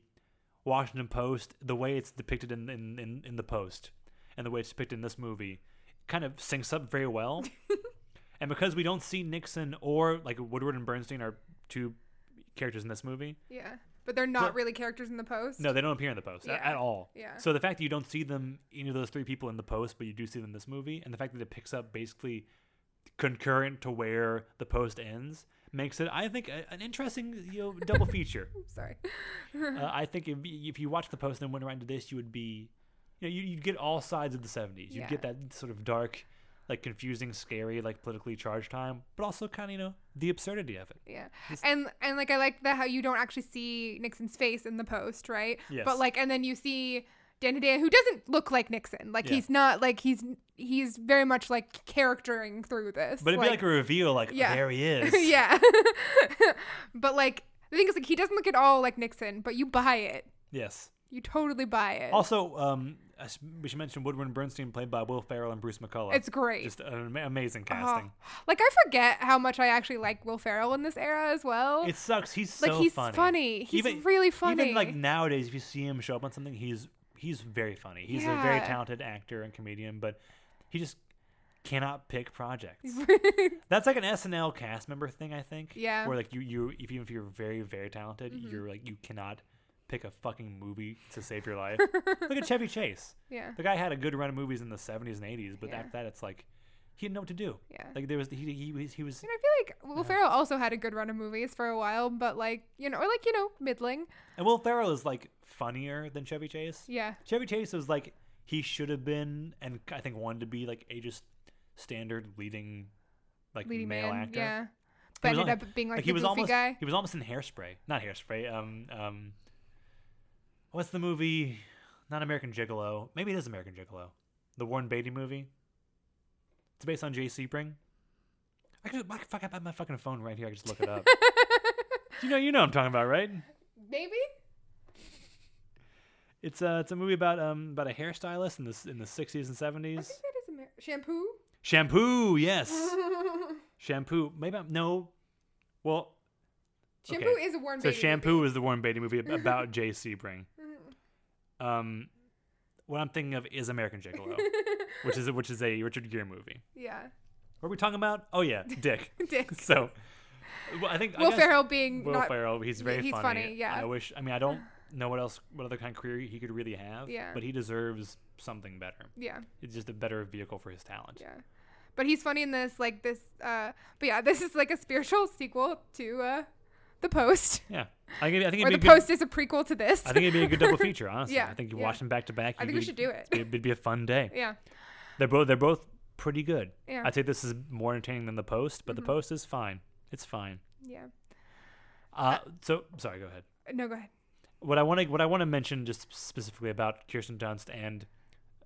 [SPEAKER 1] Washington Post, the way it's depicted in in, in, in the Post, and the way it's depicted in this movie, kind of syncs up very
[SPEAKER 2] [LAUGHS]
[SPEAKER 1] well. and because we don't see Nixon or like Woodward and Bernstein are two characters in this movie,
[SPEAKER 2] Yeah. But they're not
[SPEAKER 1] But-
[SPEAKER 2] really characters in the post.
[SPEAKER 1] no, they don't appear in the post a-
[SPEAKER 2] Yeah.
[SPEAKER 1] at all.
[SPEAKER 2] Yeah.
[SPEAKER 1] So the fact that you don't see them, any of those three people in the post, but you do see them in this movie, and the fact that it picks up basically concurrent to where the post ends, makes it, I think, a, an interesting you know,
[SPEAKER 2] [LAUGHS]
[SPEAKER 1] double feature. [LAUGHS]
[SPEAKER 2] Sorry.
[SPEAKER 1] Uh, I think if, if you watch the post and went around to this, you would be, you know, you, you'd get all sides of the 70s. You'd
[SPEAKER 2] Yeah.
[SPEAKER 1] get that sort of dark, like confusing, scary, like politically charged time, but also kind of, you know, the absurdity of it.
[SPEAKER 2] Yeah. And and like I like the how you don't actually see Nixon's face in the post, right?
[SPEAKER 1] Yes.
[SPEAKER 2] But like and then you see Danny Day who doesn't look like Nixon. Like
[SPEAKER 1] Yeah.
[SPEAKER 2] he's not like he's he's very much like charactering through this.
[SPEAKER 1] But it'd be like a reveal, like,
[SPEAKER 2] Yeah.
[SPEAKER 1] there
[SPEAKER 2] [LAUGHS]
[SPEAKER 1] he is.
[SPEAKER 2] Yeah. but like the thing is like he doesn't look at all like Nixon, but you buy it.
[SPEAKER 1] Yes.
[SPEAKER 2] You totally buy it.
[SPEAKER 1] Also, um, I s- we should mention Woodward and Bernstein, played by Will Ferrell and Bruce McCullough.
[SPEAKER 2] It's great.
[SPEAKER 1] Just an ama- amazing
[SPEAKER 2] Oh.
[SPEAKER 1] casting.
[SPEAKER 2] Like I forget how much I actually like Will Ferrell in this era as well.
[SPEAKER 1] It sucks. He's
[SPEAKER 2] like
[SPEAKER 1] so
[SPEAKER 2] he's
[SPEAKER 1] funny.
[SPEAKER 2] funny. He's really funny.
[SPEAKER 1] Even like nowadays, if you see him show up on something, he's he's very funny. He's a very
[SPEAKER 2] Yeah.
[SPEAKER 1] talented actor and comedian, but he just cannot pick projects. That's like an SNL cast member thing, I think.
[SPEAKER 2] Yeah. Mm-hmm.
[SPEAKER 1] Where like you you if- even if you're very very talented, you're like you cannot pick a fucking movie to save your life. [LAUGHS] Look at Chevy Chase.
[SPEAKER 2] [LAUGHS] yeah.
[SPEAKER 1] The guy had a good run of movies in the 70s and 80s, but
[SPEAKER 2] Yeah.
[SPEAKER 1] after that, it's like he didn't know what to do.
[SPEAKER 2] Yeah.
[SPEAKER 1] Like there was he he was he was
[SPEAKER 2] And I feel like Will Ferrell also had a good run of movies for a while, but like you know, or like you know, middling.
[SPEAKER 1] and Will Ferrell is like funnier than Chevy Chase.
[SPEAKER 2] Yeah,
[SPEAKER 1] Chevy Chase was like he should have been, and I think wanted to be like a just standard leading like
[SPEAKER 2] leading
[SPEAKER 1] male
[SPEAKER 2] man.
[SPEAKER 1] actor.
[SPEAKER 2] Yeah,
[SPEAKER 1] He
[SPEAKER 2] but
[SPEAKER 1] was
[SPEAKER 2] ended
[SPEAKER 1] al-
[SPEAKER 2] up being like,
[SPEAKER 1] he
[SPEAKER 2] the
[SPEAKER 1] was
[SPEAKER 2] goofy
[SPEAKER 1] almost
[SPEAKER 2] guy. [LAUGHS]
[SPEAKER 1] he was almost in Hairspray, not Hairspray. Um um, what's the movie? Not American Gigolo. Maybe it is American Gigolo. The Warren Beatty movie. It's based on Jay Sebring. I could I could fuck up my fucking phone right here. I could just look it
[SPEAKER 2] [LAUGHS]
[SPEAKER 1] up. you know you know what I'm talking about, right?
[SPEAKER 2] Maybe.
[SPEAKER 1] It's uh it's a movie about um about a hairstylist in the s- in the 60s and
[SPEAKER 2] I
[SPEAKER 1] 70s.
[SPEAKER 2] [LAUGHS] think that is Amer- shampoo.
[SPEAKER 1] [LAUGHS] Shampoo, yes. shampoo. Maybe I'm, no. Well,
[SPEAKER 2] shampoo
[SPEAKER 1] Okay.
[SPEAKER 2] is a Warren
[SPEAKER 1] so
[SPEAKER 2] Beatty movie.
[SPEAKER 1] shampoo is the Warren Beatty movie ab- about Jay Sebring.
[SPEAKER 2] Mm.
[SPEAKER 1] Um, what I'm thinking of is American
[SPEAKER 2] [LAUGHS]
[SPEAKER 1] Gigolo, which is a, which is a Richard Gere movie.
[SPEAKER 2] [LAUGHS] Yeah, [LAUGHS]
[SPEAKER 1] What are we talking about? Oh yeah, Dick. [LAUGHS]
[SPEAKER 2] Dick.
[SPEAKER 1] so, well, I think I
[SPEAKER 2] Will
[SPEAKER 1] guess
[SPEAKER 2] Ferrell being
[SPEAKER 1] Will
[SPEAKER 2] not.
[SPEAKER 1] Ferrell, he's very
[SPEAKER 2] he's
[SPEAKER 1] funny.
[SPEAKER 2] funny, yeah.
[SPEAKER 1] I wish. I mean, I
[SPEAKER 2] [SIGHS]
[SPEAKER 1] don't know what else, what other kind of career he could really have.
[SPEAKER 2] Yeah.
[SPEAKER 1] But he deserves something better.
[SPEAKER 2] Yeah,
[SPEAKER 1] It's just a better vehicle for his talent.
[SPEAKER 2] yeah. But he's funny in this, like this. uh But yeah, [LAUGHS] this is like a spiritual sequel to uh The Post,
[SPEAKER 1] Yeah. I think, I think
[SPEAKER 2] or
[SPEAKER 1] it'd
[SPEAKER 2] The
[SPEAKER 1] be a good,
[SPEAKER 2] Post is a prequel to this.
[SPEAKER 1] I think
[SPEAKER 2] [LAUGHS]
[SPEAKER 1] it'd be a good double feature, honestly.
[SPEAKER 2] Yeah,
[SPEAKER 1] I think you
[SPEAKER 2] yeah.
[SPEAKER 1] watch them back to back.
[SPEAKER 2] I
[SPEAKER 1] you
[SPEAKER 2] think we
[SPEAKER 1] could-
[SPEAKER 2] should do it.
[SPEAKER 1] It'd be, it'd be a fun day.
[SPEAKER 2] [LAUGHS] yeah,
[SPEAKER 1] They're both they're both pretty good.
[SPEAKER 2] Yeah. Mm-hmm.
[SPEAKER 1] I'd say this is more entertaining than the post, but the post is fine. It's fine.
[SPEAKER 2] yeah.
[SPEAKER 1] Uh, so sorry, go ahead.
[SPEAKER 2] No, go ahead.
[SPEAKER 1] What I want to what I want to mention just specifically about Kirsten Dunst and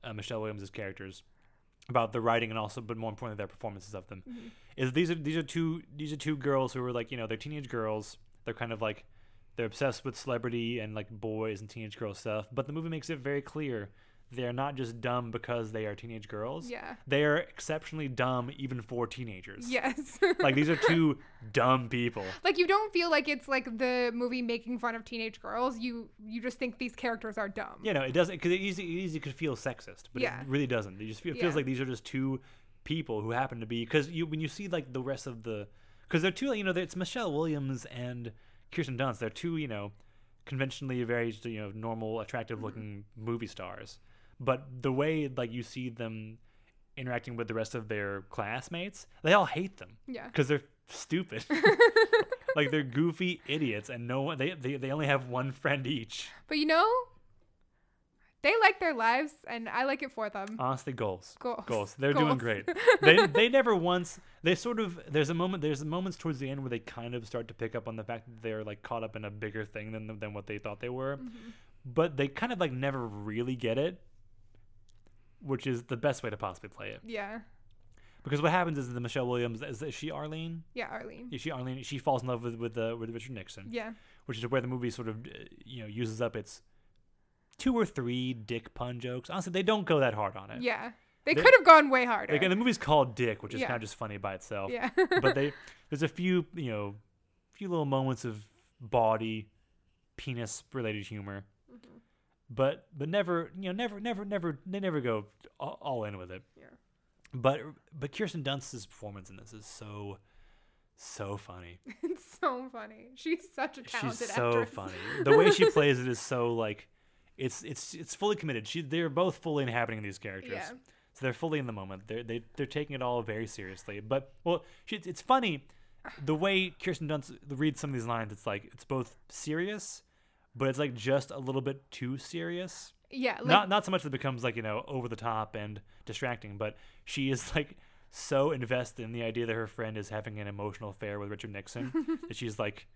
[SPEAKER 1] uh, Michelle Williams' characters, about the writing and also, but more importantly, their performances of them, is these are these are two these are two girls who are like you know they're teenage girls. They're kind of like they're obsessed with celebrity and like boys and teenage girl stuff. But the movie makes it very clear they're not just dumb because they are teenage girls.
[SPEAKER 2] Yeah.
[SPEAKER 1] they are exceptionally dumb even for teenagers.
[SPEAKER 2] Yes. [LAUGHS]
[SPEAKER 1] like these are two dumb people.
[SPEAKER 2] like you don't feel like it's like the movie making fun of teenage girls. You you just think these characters are dumb.
[SPEAKER 1] you know, it doesn't because it easy, it easy could feel sexist, but
[SPEAKER 2] Yeah.
[SPEAKER 1] it really doesn't. It just feel, it feels
[SPEAKER 2] Yeah.
[SPEAKER 1] like these are just two people who happen to be because you when you see like the rest of the because they're two like, you know it's Michelle Williams and Kirsten Dunst. They're two you know conventionally very you know normal
[SPEAKER 2] Mm-hmm.
[SPEAKER 1] attractive looking movie stars, but the way like you see them interacting with the rest of their classmates, they all hate them.
[SPEAKER 2] Yeah.
[SPEAKER 1] because they're
[SPEAKER 2] [LAUGHS]
[SPEAKER 1] stupid. like they're goofy idiots, and no one they, they they only have one friend each.
[SPEAKER 2] But you know, they like their lives, and I like it for them.
[SPEAKER 1] Honestly, goals.
[SPEAKER 2] Goals.
[SPEAKER 1] They're doing
[SPEAKER 2] Goals. [LAUGHS]
[SPEAKER 1] great. They they never once they sort of there's a moment there's moments towards the end where they kind of start to pick up on the fact that they're like caught up in a bigger thing than than what they thought they were,
[SPEAKER 2] Mm-hmm.
[SPEAKER 1] but they kind of like never really get it, which is the best way to possibly play it.
[SPEAKER 2] yeah.
[SPEAKER 1] Because what happens is the Michelle Williams is, is she Arlene?
[SPEAKER 2] Yeah, Arlene.
[SPEAKER 1] Is she Arlene? She falls in love with with uh, with Richard Nixon
[SPEAKER 2] Yeah.
[SPEAKER 1] which is where the movie sort of uh, you know uses up its two or three dick pun jokes. Honestly, they don't go that hard on it.
[SPEAKER 2] Yeah. They
[SPEAKER 1] They-
[SPEAKER 2] could have gone way harder.
[SPEAKER 1] Like, and the movie's called Dick, which is [LAUGHS]
[SPEAKER 2] Yeah. [LAUGHS]
[SPEAKER 1] kind of just funny by itself.
[SPEAKER 2] yeah.
[SPEAKER 1] but they there's a few you know few little moments of body, penis related humor,
[SPEAKER 2] [LAUGHS]
[SPEAKER 1] but but never you know never never never they never go all, all in with it.
[SPEAKER 2] Yeah.
[SPEAKER 1] But but Kirsten Dunst's performance in this is so so funny.
[SPEAKER 2] [LAUGHS] It's so funny. She's such a talented
[SPEAKER 1] She's so
[SPEAKER 2] actress.
[SPEAKER 1] funny. The way she plays it is so like it's it's it's fully committed. She they're both fully inhabiting these characters.
[SPEAKER 2] Yeah.
[SPEAKER 1] So they're fully in the moment. They're they, they're taking it all very seriously. But well, she, it's funny the way Kirsten Dunst reads some of these lines. It's like it's both serious, but it's like just a little bit too serious.
[SPEAKER 2] [LAUGHS] Yeah, like,
[SPEAKER 1] not not so much that it becomes like you know over the top and distracting, but she is [LAUGHS] like so invested in the idea that her friend is having an emotional affair with Richard
[SPEAKER 2] [LAUGHS]
[SPEAKER 1] Nixon that she's like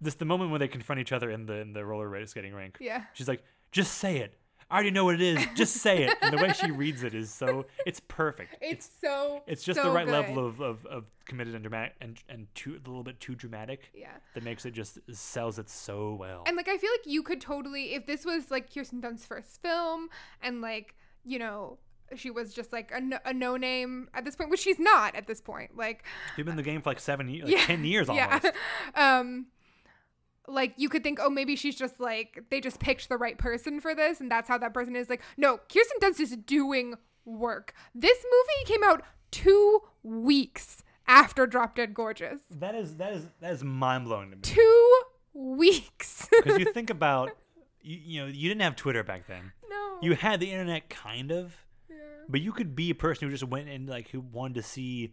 [SPEAKER 1] this the moment when they confront each other in the in the roller ra- skating rink.
[SPEAKER 2] yeah.
[SPEAKER 1] She's like, just say it. I already know what it is. Just say it. And the way she reads it is so it's perfect.
[SPEAKER 2] It's, so
[SPEAKER 1] it's just the
[SPEAKER 2] so
[SPEAKER 1] right
[SPEAKER 2] good.
[SPEAKER 1] level of, of, of committed and dramatic and and too a little bit too dramatic
[SPEAKER 2] Yeah.
[SPEAKER 1] that makes it just sells it so well.
[SPEAKER 2] And like I feel like you could totally if this was like Kirsten Dunst's first film and like, you know, she was just like a, no- a no name at this point, which she's not at this point. Like
[SPEAKER 1] They've been in the game for like seven years, like ten [LAUGHS] years almost.
[SPEAKER 2] [LAUGHS] Yeah. um like you could think, oh, maybe she's just like they just picked the right person for this, and that's how that person is. Like, no, Kirsten Dunst is doing work. This movie came out two weeks after Drop Dead Gorgeous.
[SPEAKER 1] That is that is that is mind blowing to me
[SPEAKER 2] Two weeks. [LAUGHS]
[SPEAKER 1] because you think about you, you know you didn't have Twitter back then.
[SPEAKER 2] no.
[SPEAKER 1] You had the internet kind of,
[SPEAKER 2] Yeah.
[SPEAKER 1] but you could be a person who just went and like who wanted to see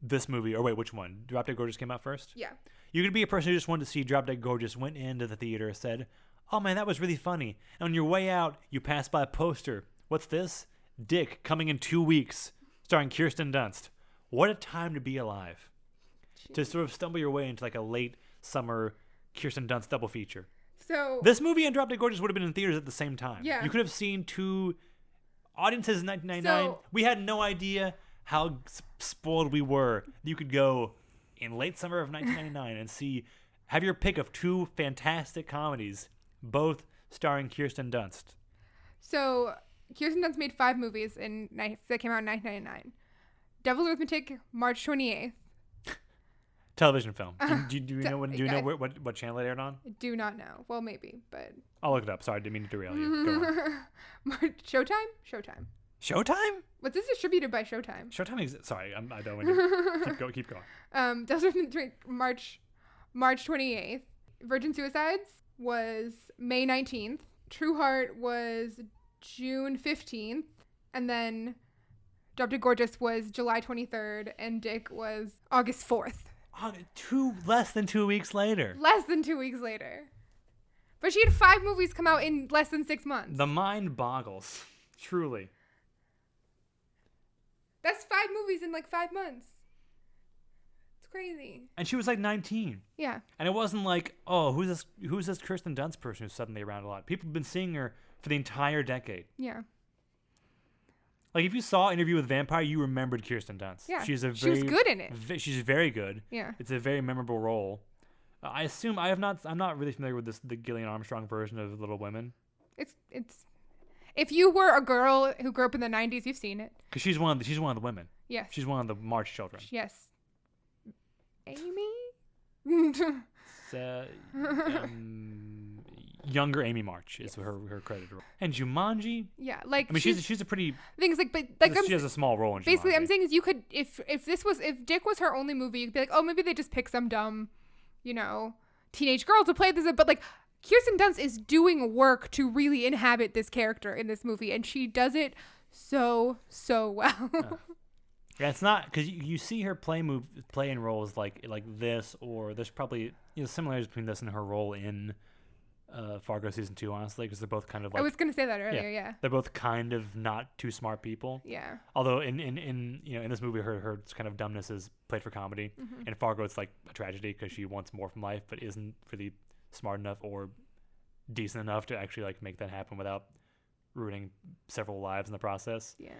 [SPEAKER 1] this movie. Or wait, which one? Drop Dead Gorgeous came out first.
[SPEAKER 2] yeah.
[SPEAKER 1] You could be a person who just wanted to see Drop Dead Gorgeous, went into the theater, said, "Oh man, that was really funny." And on your way out, you passed by a poster. What's this? Dick coming in two weeks, starring Kirsten Dunst. What a time to be alive! To sort of stumble your way into like a late summer Kirsten Dunst double feature.
[SPEAKER 2] So
[SPEAKER 1] This movie and Drop Dead Gorgeous would have been in theaters at the same time.
[SPEAKER 2] Yeah.
[SPEAKER 1] you could have seen two audiences in 1999.
[SPEAKER 2] So-
[SPEAKER 1] we had no idea how s- spoiled we were. You could go in late summer of 1999 and see have your pick of two fantastic comedies, both starring Kirsten Dunst.
[SPEAKER 2] So Kirsten Dunst made five movies in ni- that came out in 1999. Devil's Arithmetic, March 28th.
[SPEAKER 1] Television film. Do, do, do we know when, do
[SPEAKER 2] [LAUGHS]
[SPEAKER 1] you know
[SPEAKER 2] I-
[SPEAKER 1] where, what what channel it aired on?
[SPEAKER 2] Do not know. Well, maybe, but [LAUGHS]
[SPEAKER 1] I'll look it up. Sorry, didn't mean to derail you. Go
[SPEAKER 2] Mm-hmm.
[SPEAKER 1] on.
[SPEAKER 2] March Showtime. Showtime.
[SPEAKER 1] Showtime.
[SPEAKER 2] What's this distributed by Showtime? [LAUGHS]
[SPEAKER 1] Showtime exists. Sorry, I'm, I don't want to keep going. Keep going.
[SPEAKER 2] Um, Devil's Arithmetic, March March 28th. Virgin Suicides was May 19th. True Heart was June 15th, and then Drop Dead Gorgeous was July 23rd, and Dick was August 4th.
[SPEAKER 1] Oh, two less than two weeks later.
[SPEAKER 2] less than two weeks later. But she had five movies come out in less than six months.
[SPEAKER 1] The mind boggles. Truly.
[SPEAKER 2] That's five movies in like five months. It's crazy.
[SPEAKER 1] And she was like 19.
[SPEAKER 2] Yeah.
[SPEAKER 1] And it wasn't like, oh, who's this who's this Kirsten Dunst person who's suddenly around a lot? People have been seeing her for the entire decade.
[SPEAKER 2] Yeah.
[SPEAKER 1] Like if you saw Interview with Vampire, you remembered Kirsten Dunst.
[SPEAKER 2] Yeah.
[SPEAKER 1] She's a
[SPEAKER 2] She
[SPEAKER 1] very
[SPEAKER 2] was good in it.
[SPEAKER 1] ve- she's very good.
[SPEAKER 2] Yeah.
[SPEAKER 1] It's a very memorable role. Uh, I assume I have not I'm not really familiar with this the Gillian Armstrong version of Little Women
[SPEAKER 2] It's it's if you were a girl who grew up in the nineties, you've seen it.
[SPEAKER 1] cuz she's one of the, she's one of the women.
[SPEAKER 2] Yes.
[SPEAKER 1] She's one of the March children.
[SPEAKER 2] yes. Amy?
[SPEAKER 1] uh, [LAUGHS] um, younger Amy March is her her credited role. And Jumanji,
[SPEAKER 2] [LAUGHS] yeah. Like
[SPEAKER 1] I mean, she's she's, a pretty
[SPEAKER 2] things like but like I'm
[SPEAKER 1] she has a small role in
[SPEAKER 2] basically
[SPEAKER 1] Jumanji.
[SPEAKER 2] i'm saying is you could if if this was if dick was her only movie you'd be like oh maybe they just pick some dumb you know teenage girl to play this but like kirsten dunst is doing work to really inhabit this character in this movie and she does it so so well [LAUGHS]
[SPEAKER 1] Uh, yeah, it's not because you, you see her play move play in roles like like this or there's probably you know similarities between this and her role in uh, Fargo season two honestly because they're both kind of
[SPEAKER 2] i
[SPEAKER 1] like
[SPEAKER 2] was gonna say that
[SPEAKER 1] yeah,
[SPEAKER 2] earlier yeah
[SPEAKER 1] they're both kind of not too smart people
[SPEAKER 2] yeah
[SPEAKER 1] although in, in, in you know in this movie her her kind of dumbness is played for comedy
[SPEAKER 2] Mm-hmm.
[SPEAKER 1] and fargo it's like a tragedy because she wants more from life but isn't really smart enough or decent enough to actually like make that happen without ruining several lives in the process
[SPEAKER 2] yeah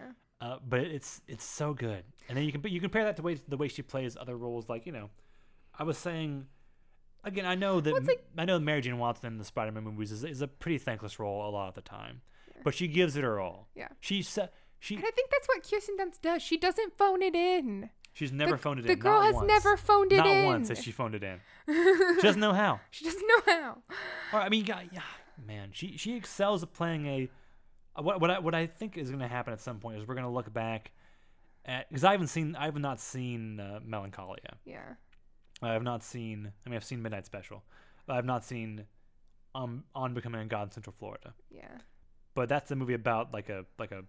[SPEAKER 1] uh, but it's it's so good and then you can but you compare that to way, the way she plays other roles like you know i was saying again i know that
[SPEAKER 2] Well, it's like-
[SPEAKER 1] i know mary jane watson in the spider-man movies is, is a pretty thankless role a lot of the time but she gives it her all
[SPEAKER 2] Yeah.
[SPEAKER 1] she sa- she
[SPEAKER 2] and i think that's what kirsten dunst does she doesn't phone it in
[SPEAKER 1] She's never
[SPEAKER 2] the,
[SPEAKER 1] phoned it
[SPEAKER 2] the
[SPEAKER 1] in.
[SPEAKER 2] girl
[SPEAKER 1] not
[SPEAKER 2] has
[SPEAKER 1] once.
[SPEAKER 2] never phoned it
[SPEAKER 1] not
[SPEAKER 2] in.
[SPEAKER 1] once has she phoned it in. She [LAUGHS] doesn't know how.
[SPEAKER 2] [LAUGHS] She doesn't know how.
[SPEAKER 1] Or I mean, yeah, yeah, man, she she excels at playing a. uh, What what I what I think is going to happen at some point is we're going to look back at because I haven't seen I have not seen uh, Melancholia.
[SPEAKER 2] Yeah.
[SPEAKER 1] I have not seen. I mean, I've seen Midnight Special. But I've not seen um, on becoming a god in Central Florida.
[SPEAKER 2] Yeah.
[SPEAKER 1] But that's a movie about like a like a.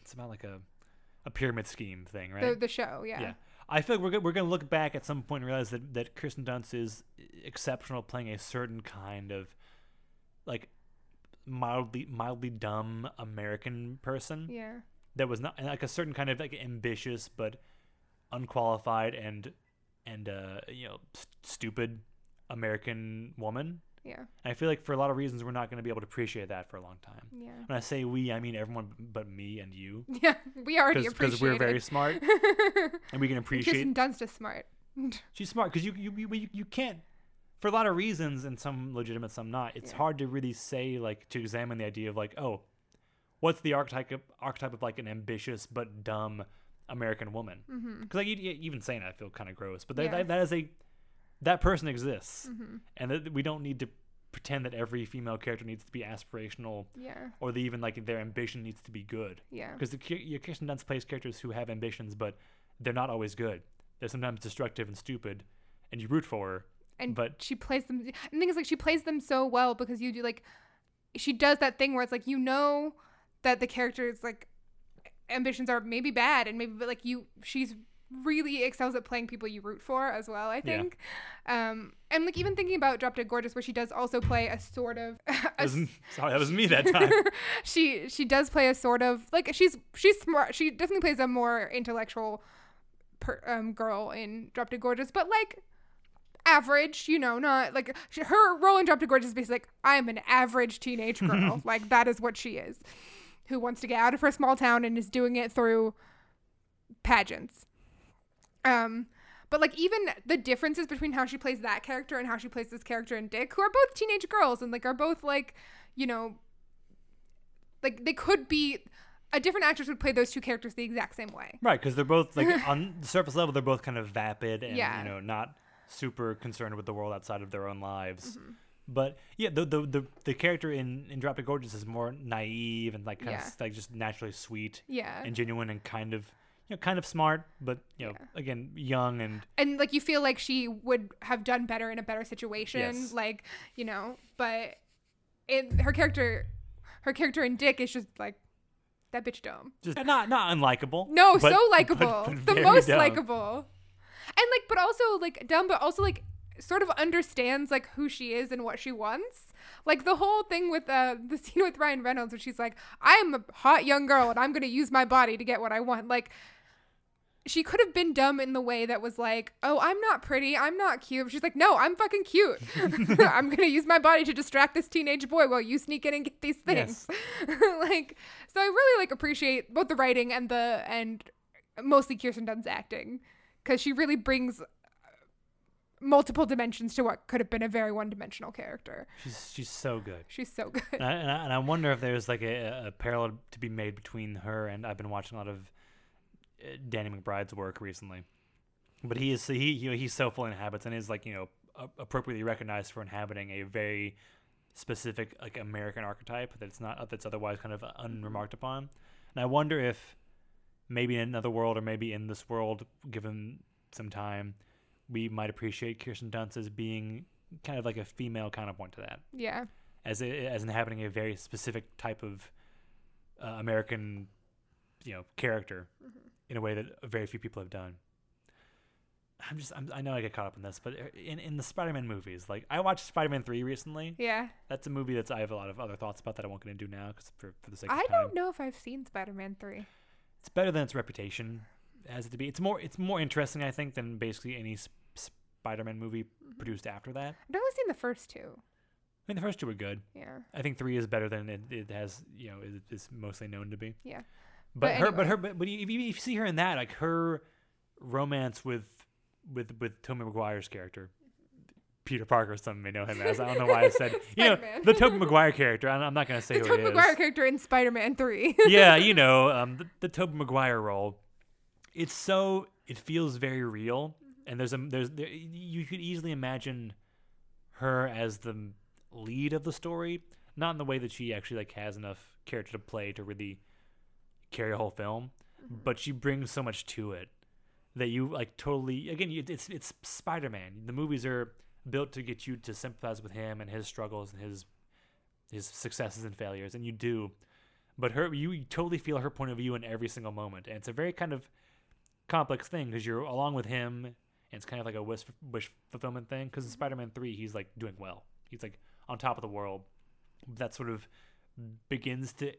[SPEAKER 1] It's about like a, a pyramid scheme thing, right?
[SPEAKER 2] The the show. Yeah.
[SPEAKER 1] yeah. I feel like we're, go- we're going to look back at some point and realize that, that Kirsten Dunst is exceptional at playing a certain kind of like mildly mildly dumb American person
[SPEAKER 2] Yeah.
[SPEAKER 1] that was not and, like a certain kind of like ambitious but unqualified and and uh you know st- stupid American woman.
[SPEAKER 2] Yeah.
[SPEAKER 1] And I feel like for a lot of reasons we're not going to be able to appreciate that for a long time.
[SPEAKER 2] Yeah. [LAUGHS]
[SPEAKER 1] When I say we, I mean everyone b- but me and you
[SPEAKER 2] Yeah. We already appreciate
[SPEAKER 1] because we're very
[SPEAKER 2] it.
[SPEAKER 1] smart
[SPEAKER 2] [LAUGHS]
[SPEAKER 1] and we can appreciate
[SPEAKER 2] Kirsten Dunst is smart. [LAUGHS] Mm-hmm.
[SPEAKER 1] She's smart because you, you you you- you can't for a lot of reasons and some legitimate, some not. It's
[SPEAKER 2] Yeah.
[SPEAKER 1] hard to really say like to examine the idea of like oh, what's the archetype of, archetype of like an ambitious but dumb American woman? Because like you, you- even saying that, I feel kind of gross, but that,
[SPEAKER 2] Mm-hmm. Yeah. Mm.
[SPEAKER 1] that, that is a that person exists, and that we don't need to pretend that every female character needs to be aspirational
[SPEAKER 2] Yeah.
[SPEAKER 1] or that even like their ambition needs to be good
[SPEAKER 2] Yeah.
[SPEAKER 1] because the Ki- your Kirsten Dunst plays characters who have ambitions, but they're not always good. They're sometimes destructive and stupid, and you root for her.
[SPEAKER 2] And
[SPEAKER 1] but-
[SPEAKER 2] she plays them. And the thing is, like, she plays them so well because you do like, she does that thing where it's like you know that the character's like ambitions are maybe bad and maybe but like you she's really excels at playing people you root for as well i
[SPEAKER 1] Yeah.
[SPEAKER 2] think um and like even thinking about drop dead gorgeous where she does also play a sort of [LAUGHS] a
[SPEAKER 1] That was, [LAUGHS] sorry, that was me
[SPEAKER 2] [LAUGHS]
[SPEAKER 1] that time.
[SPEAKER 2] she she does play a sort of like she's she's smart. She definitely plays a more intellectual per, um, girl in Drop Dead Gorgeous, but like average, you know, not like she, her role in Drop Dead Gorgeous is basically like I'm an average teenage girl. like that is what she is, who wants to get out of her small town and is doing it through pageants. Um. But like even the differences between how she plays that character and how she plays this character in Dick, who are both teenage girls and like are both like, you know, like they could be a different actress would play those two characters the exact same way.
[SPEAKER 1] right, because they're both like on the surface level, they're both kind of vapid and
[SPEAKER 2] Yeah.
[SPEAKER 1] you know not super concerned with the world outside of their own lives.
[SPEAKER 2] Mm-hmm.
[SPEAKER 1] But yeah, the, the the the character in in Drop Dead Gorgeous is more naive and like kind
[SPEAKER 2] Yeah.
[SPEAKER 1] of like just naturally sweet
[SPEAKER 2] Yeah.
[SPEAKER 1] and genuine and kind of you know kind of smart, but you know again young and
[SPEAKER 2] And like you feel like she would have done better in a better situation,
[SPEAKER 1] Yes.
[SPEAKER 2] like, you know, but in her character her character in Dick is just like that bitch dumb.
[SPEAKER 1] just not not unlikable.
[SPEAKER 2] No,
[SPEAKER 1] but-
[SPEAKER 2] so
[SPEAKER 1] [LAUGHS] but-
[SPEAKER 2] likable.
[SPEAKER 1] but
[SPEAKER 2] The
[SPEAKER 1] very
[SPEAKER 2] most
[SPEAKER 1] dumb.
[SPEAKER 2] likable. And like but also like dumb but also like sort of understands like who she is and what she wants. Like the whole thing with uh the scene with Ryan Reynolds where she's like, I'm a hot young girl and I'm gonna use my body to get what I want. Like she could have been dumb in the way that was like, oh, I'm not pretty, I'm not cute. She's like, no, I'm fucking cute. [LAUGHS] I'm gonna use my body to distract this teenage boy while you sneak in and get these things. [LAUGHS] like, so I really like appreciate both the writing and the and mostly Kirsten Dunst's acting because she really brings uh, multiple dimensions to what could have been a very one-dimensional character.
[SPEAKER 1] She's she's so good.
[SPEAKER 2] She's so [LAUGHS] good.
[SPEAKER 1] And I, and I, and I wonder if there's like a, a parallel to be made between her and I've been watching a lot of uh, Danny McBride's work recently. But he is he you know, he's so full in habits and is like you know a- appropriately recognized for inhabiting a very specific like American archetype that's not that's otherwise kind of unremarked upon. And I wonder if maybe in another world or maybe in this world, given some time, we might appreciate Kirsten Dunst as being kind of like a female counterpoint to that
[SPEAKER 2] Yeah,
[SPEAKER 1] as i as inhabiting a very specific type of uh, American, you know, character
[SPEAKER 2] Mm-hmm.
[SPEAKER 1] in a way that very few people have done. I'm just I'm, I know I get caught up in this, but uh, in in the Spider-Man movies, like I watched Spider-Man three recently.
[SPEAKER 2] yeah.
[SPEAKER 1] That's a movie that's I have a lot of other thoughts about that I won't get into now because for for the sake of
[SPEAKER 2] I
[SPEAKER 1] time,
[SPEAKER 2] don't know if I've seen Spider-Man three.
[SPEAKER 1] it's better than its reputation has it to be. It's more it's more interesting I think than basically any sp- Spider-Man movie
[SPEAKER 2] Mm-hmm.
[SPEAKER 1] produced after that.
[SPEAKER 2] I've only seen the first two.
[SPEAKER 1] I mean, the first two were good.
[SPEAKER 2] Yeah,
[SPEAKER 1] I think three is better than it, it has you know it is mostly known to be.
[SPEAKER 2] yeah.
[SPEAKER 1] but,
[SPEAKER 2] But
[SPEAKER 1] her but her but, but you- if you, if you see her in that like her romance with with with Tobey Maguire's character Peter Parker some may know him as I don't know why I said you know
[SPEAKER 2] Spider-Man.
[SPEAKER 1] the Tobey Maguire character I'm, I'm not
[SPEAKER 2] [LAUGHS]
[SPEAKER 1] gonna say
[SPEAKER 2] the
[SPEAKER 1] who
[SPEAKER 2] Tobey
[SPEAKER 1] it is
[SPEAKER 2] Maguire character in Spider-Man Three. [LAUGHS]
[SPEAKER 1] yeah you know um the, the Tobey Maguire role it's so it feels very real and there's a there's there, you could easily imagine her as the m- lead of the story not in the way that she actually like has enough character to play to really carry a whole film but she brings so much to it that you like totally again you- it's it's spider-man the movies are built to get you to sympathize with him and his struggles and his his successes and failures and you do but her you totally feel her point of view in every single moment and it's a very kind of complex thing because you're along with him and it's kind of like a wish, wish fulfillment thing because in spider-man 3 he's like doing well he's like on top of the world that sort of begins to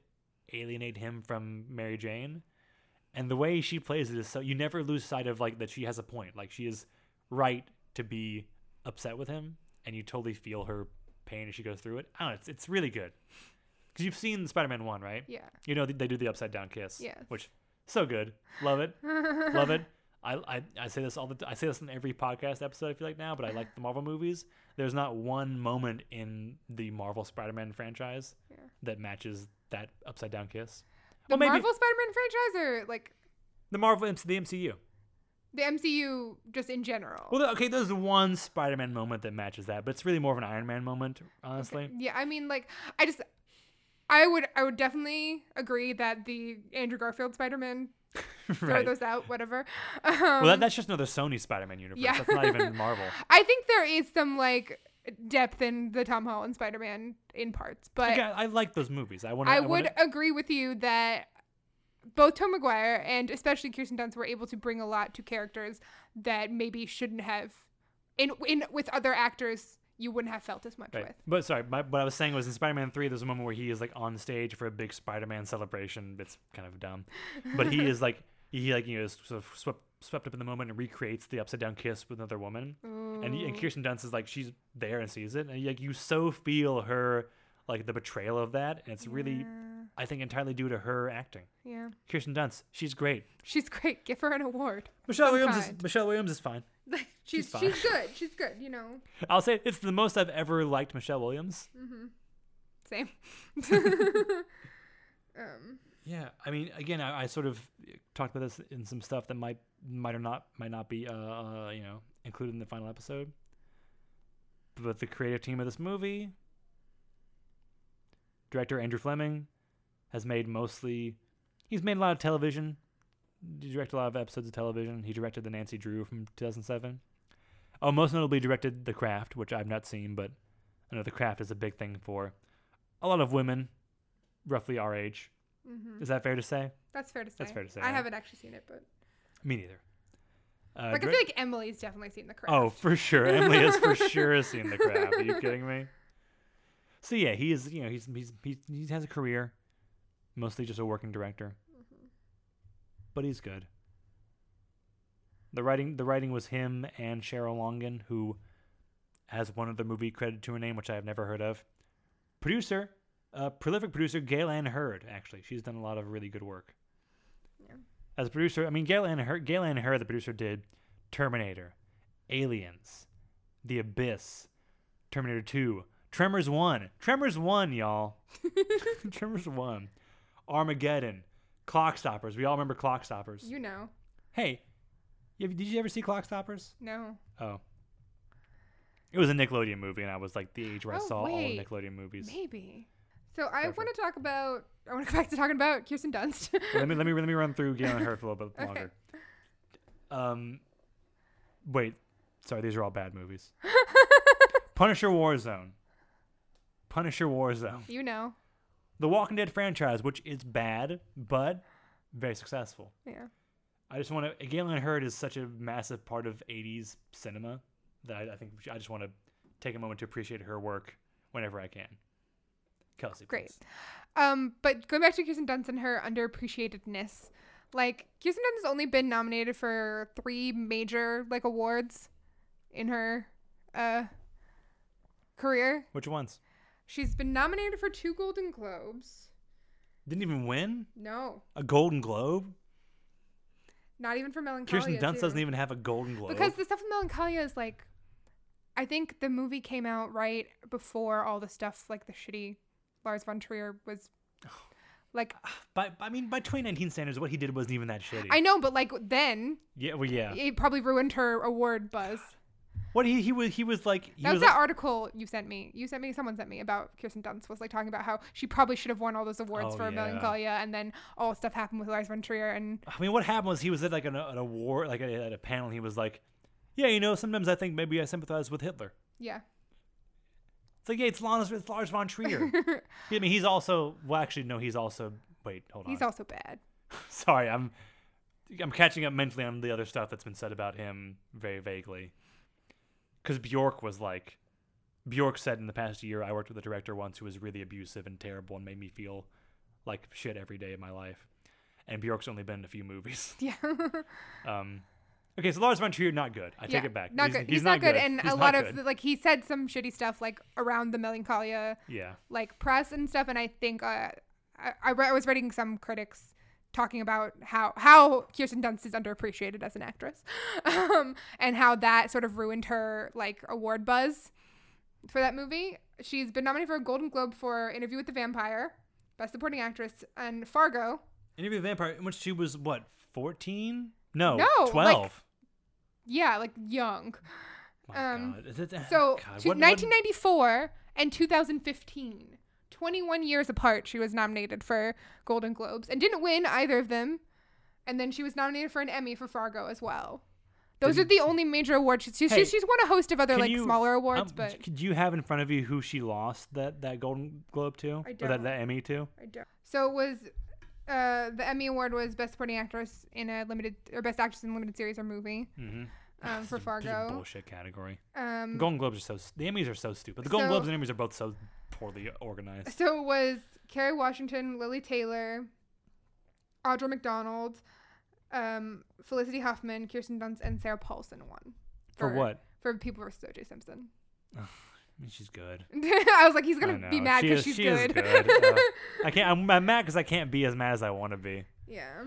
[SPEAKER 1] alienate him from mary jane and the way she plays it is so you never lose sight of like that she has a point like she is right to be upset with him and you totally feel her pain as she goes through it i don't know it's, it's really good because you've seen spider-man 1 right
[SPEAKER 2] Yeah.
[SPEAKER 1] you know, they, they do the upside down kiss.
[SPEAKER 2] Yes.
[SPEAKER 1] Which so good. Love it. Love
[SPEAKER 2] [LAUGHS]
[SPEAKER 1] it. I, I, I say this all the t- I say this in every podcast episode I feel like now, but I like the Marvel movies. There's not one moment in the Marvel Spider-Man franchise
[SPEAKER 2] Yeah.
[SPEAKER 1] that matches that upside down kiss.
[SPEAKER 2] The
[SPEAKER 1] well, maybe
[SPEAKER 2] Marvel Spider-Man franchise or like
[SPEAKER 1] the Marvel MC the MCU.
[SPEAKER 2] the MCU just in general.
[SPEAKER 1] Well, okay, there's one Spider-Man moment that matches that, but it's really more of an Iron Man moment, honestly.
[SPEAKER 2] Yeah, I mean, like, I just, I would, I would definitely agree that the Andrew Garfield Spider-Man,
[SPEAKER 1] [LAUGHS]
[SPEAKER 2] throw
[SPEAKER 1] right.
[SPEAKER 2] those out, whatever. Um,
[SPEAKER 1] well, that, that's just another Sony Spider-Man universe.
[SPEAKER 2] yeah.
[SPEAKER 1] That's not
[SPEAKER 2] [LAUGHS]
[SPEAKER 1] even Marvel.
[SPEAKER 2] I think there is some like depth in the Tom Holland Spider-Man in parts, but
[SPEAKER 1] Okay, I, I like those movies. I want.
[SPEAKER 2] I, would agree with you that both Tom McGuire and especially Kirsten Dunst were able to bring a lot to characters that maybe shouldn't have, in in with other actors you wouldn't have felt as much
[SPEAKER 1] Right.
[SPEAKER 2] with.
[SPEAKER 1] But sorry, my, what I was saying was in Spider-Man Three, there's a moment where he is like on stage for a big Spider-Man celebration. It's kind of dumb, but he is like [LAUGHS] he like you know is sort of swept swept up in the moment and recreates the upside down kiss with another woman. And,
[SPEAKER 2] Mm.
[SPEAKER 1] he- and Kirsten Dunst is like she's there and sees it, and like you so feel her like the betrayal of that, and it's really I think entirely due to her acting.
[SPEAKER 2] Yeah,
[SPEAKER 1] Kirsten Dunst, she's great.
[SPEAKER 2] she's great. Give her an award. [LAUGHS]
[SPEAKER 1] Michelle
[SPEAKER 2] Some
[SPEAKER 1] Williams is
[SPEAKER 2] kind.
[SPEAKER 1] Michelle Williams is fine.
[SPEAKER 2] Like she's
[SPEAKER 1] fine.
[SPEAKER 2] she's good. She's good. You know,
[SPEAKER 1] I'll say it's the most I've ever liked Michelle Williams.
[SPEAKER 2] same. [LAUGHS] um,
[SPEAKER 1] Yeah, I mean, again, I, I sort of talked about this in some stuff that might might or not might not be, uh, uh, you know, included in the final episode. But the creative team of this movie, director Andrew Fleming, has made mostly. He's made a lot of television. He directed a lot of episodes of television. He directed the Nancy Drew from 2007. Oh, most notably directed The Craft, which I've not seen, but I know The Craft is a big thing for a lot of women, roughly our age.
[SPEAKER 2] mhm.
[SPEAKER 1] Is that fair to say?
[SPEAKER 2] That's fair to say.
[SPEAKER 1] That's fair to say,
[SPEAKER 2] I
[SPEAKER 1] right?
[SPEAKER 2] haven't actually seen it, but
[SPEAKER 1] Me neither. Uh,
[SPEAKER 2] like I
[SPEAKER 1] dir-
[SPEAKER 2] feel like Emily's definitely seen the craft.
[SPEAKER 1] oh, for sure. Emily has
[SPEAKER 2] [LAUGHS]
[SPEAKER 1] for sure seen the crap. Are you kidding me? So yeah, he is. You know, he's he's, he's he has a career, mostly just a working director,
[SPEAKER 2] Mm-hmm.
[SPEAKER 1] but he's good. The writing the writing was him and Cheryl Longan, who has one other movie credited to her name, which I have never heard of. Producer, uh, prolific producer Gail Ann Hurd. Actually, she's done a lot of really good work.
[SPEAKER 2] Yeah.
[SPEAKER 1] As a producer, I mean Gail Ann Hurd. Gail Ann Hurd, the producer, did Terminator, Aliens, The Abyss, Terminator 2, Tremors 1, Tremors 1, y'all. [LAUGHS] Tremors 1, Armageddon, Clockstoppers. We all remember Clockstoppers.
[SPEAKER 2] You know,
[SPEAKER 1] hey, you- did you ever see Clockstoppers?
[SPEAKER 2] no.
[SPEAKER 1] Oh. It was a Nickelodeon movie, and I was like the age where I
[SPEAKER 2] Oh,
[SPEAKER 1] saw
[SPEAKER 2] wait.
[SPEAKER 1] all Nickelodeon movies.
[SPEAKER 2] Maybe. So I
[SPEAKER 1] Perfect.
[SPEAKER 2] want to talk about. I want to go back to talking about Kirsten Dunst. [LAUGHS]
[SPEAKER 1] let me let me let me run through Galen Hurd for a little bit
[SPEAKER 2] Okay.
[SPEAKER 1] longer. Um, wait, sorry, these are all bad movies.
[SPEAKER 2] [LAUGHS]
[SPEAKER 1] Punisher Warzone, Punisher Warzone,
[SPEAKER 2] you know.
[SPEAKER 1] the Walking Dead franchise, which is bad but very successful.
[SPEAKER 2] Yeah.
[SPEAKER 1] I just want to. Galen Hurd is such a massive part of '80s cinema that I, I think I just want to take a moment to appreciate her work whenever I can. Kelsey,
[SPEAKER 2] Great.
[SPEAKER 1] please.
[SPEAKER 2] Um, but going back to Kirsten Dunst and her underappreciatedness, like Kirsten Dunst has only been nominated for three major like awards in her uh career.
[SPEAKER 1] Which ones?
[SPEAKER 2] She's been nominated for two Golden Globes.
[SPEAKER 1] Didn't even win
[SPEAKER 2] No,
[SPEAKER 1] a Golden Globe.
[SPEAKER 2] Oh, not even for Melancholia.
[SPEAKER 1] Kirsten Dunst
[SPEAKER 2] too.
[SPEAKER 1] doesn't even have a Golden Globe.
[SPEAKER 2] because the stuff with Melancholia is like, I think the movie came out right before all the stuff like the shitty Lars von Trier was Like
[SPEAKER 1] By, I mean, by 2019 standards, what he did wasn't even that shitty.
[SPEAKER 2] I know, but like then
[SPEAKER 1] yeah, well, yeah.
[SPEAKER 2] it probably ruined her award buzz.
[SPEAKER 1] What he he was he was like [GASPS] he
[SPEAKER 2] That was
[SPEAKER 1] was
[SPEAKER 2] that
[SPEAKER 1] like,
[SPEAKER 2] article you sent me. You sent me, someone sent me about Kirsten Dunst was like talking about how she probably should have won all those awards
[SPEAKER 1] Oh,
[SPEAKER 2] for
[SPEAKER 1] yeah.
[SPEAKER 2] Melancholia, and then all stuff happened with Lars von Trier, and
[SPEAKER 1] I mean, what happened was he was at like an, an award, like at a panel. And he was like, "Yeah, you know, sometimes I think maybe I sympathize with Hitler."
[SPEAKER 2] yeah,
[SPEAKER 1] It's like, yeah, it's Lars, it's Lars von
[SPEAKER 2] [LAUGHS]
[SPEAKER 1] Trier. I mean, he's also well, actually, no, he's also. Wait, hold on.
[SPEAKER 2] he's also bad. [LAUGHS]
[SPEAKER 1] Sorry, I'm I'm catching up mentally on the other stuff that's been said about him very vaguely. Because Bjork was like, Bjork said in the past year, I worked with a director once who was really abusive and terrible and made me feel like shit every day of my life. And Bjork's only been in a few movies. [LAUGHS]
[SPEAKER 2] Yeah,
[SPEAKER 1] Um, okay, so Lars von Trier, not good. I
[SPEAKER 2] yeah.
[SPEAKER 1] take it back.
[SPEAKER 2] Not good. He's, not, good, and
[SPEAKER 1] He's
[SPEAKER 2] a
[SPEAKER 1] not
[SPEAKER 2] lot of
[SPEAKER 1] good.
[SPEAKER 2] the- like he said some shitty stuff like around the Melancholia
[SPEAKER 1] yeah.
[SPEAKER 2] like press and stuff, and I think uh, I I, re- I was reading some critics talking about how how Kirsten Dunst is underappreciated as an actress, [LAUGHS] um, and how that sort of ruined her like award buzz for that movie. She's been nominated for a Golden Globe for Interview with the Vampire, Best Supporting Actress, and Fargo.
[SPEAKER 1] Interview with the Vampire, in which she was, what, 14? No,
[SPEAKER 2] No, like-
[SPEAKER 1] 12.
[SPEAKER 2] Yeah, like young.
[SPEAKER 1] My
[SPEAKER 2] um,
[SPEAKER 1] God. Is it- Oh,
[SPEAKER 2] So
[SPEAKER 1] God,
[SPEAKER 2] to
[SPEAKER 1] what- what-
[SPEAKER 2] 1994 and 2015, 21 years apart, she was nominated for Golden Globes and didn't win either of them. And then she was nominated for an Emmy for Fargo as well. Those are the only major awards she's she's,
[SPEAKER 1] Hey,
[SPEAKER 2] she's won a host of other
[SPEAKER 1] Can
[SPEAKER 2] like
[SPEAKER 1] you-
[SPEAKER 2] smaller awards,
[SPEAKER 1] um,
[SPEAKER 2] but
[SPEAKER 1] do you have in front of you who she lost that that Golden Globe to,
[SPEAKER 2] I
[SPEAKER 1] or that,
[SPEAKER 2] don't.
[SPEAKER 1] that Emmy to?
[SPEAKER 2] I don't. So it was uh, the Emmy Award was Best Supporting Actress in a limited or Best Actress in a limited series or movie
[SPEAKER 1] Mm-hmm.
[SPEAKER 2] um, for Fargo.
[SPEAKER 1] bullshit category.
[SPEAKER 2] Um,
[SPEAKER 1] Golden Globes are so s- the Emmys are so stupid. The Golden
[SPEAKER 2] So-
[SPEAKER 1] Globes and Emmys are both so poorly organized.
[SPEAKER 2] So it was Kerry Washington, Lily Taylor, Audra McDonald, um, Felicity Huffman, Kirsten Dunst, and Sarah Paulson won.
[SPEAKER 1] For what?
[SPEAKER 2] For People vs. O.J. Simpson. [LAUGHS]
[SPEAKER 1] I mean, she's good.
[SPEAKER 2] I was like, he's
[SPEAKER 1] I
[SPEAKER 2] gonna
[SPEAKER 1] know.
[SPEAKER 2] be mad
[SPEAKER 1] She
[SPEAKER 2] because
[SPEAKER 1] is-
[SPEAKER 2] she's
[SPEAKER 1] she is
[SPEAKER 2] good.
[SPEAKER 1] good, uh, I can't. I'm, I'm mad because I can't be as mad as I want to be.
[SPEAKER 2] [LAUGHS] yeah.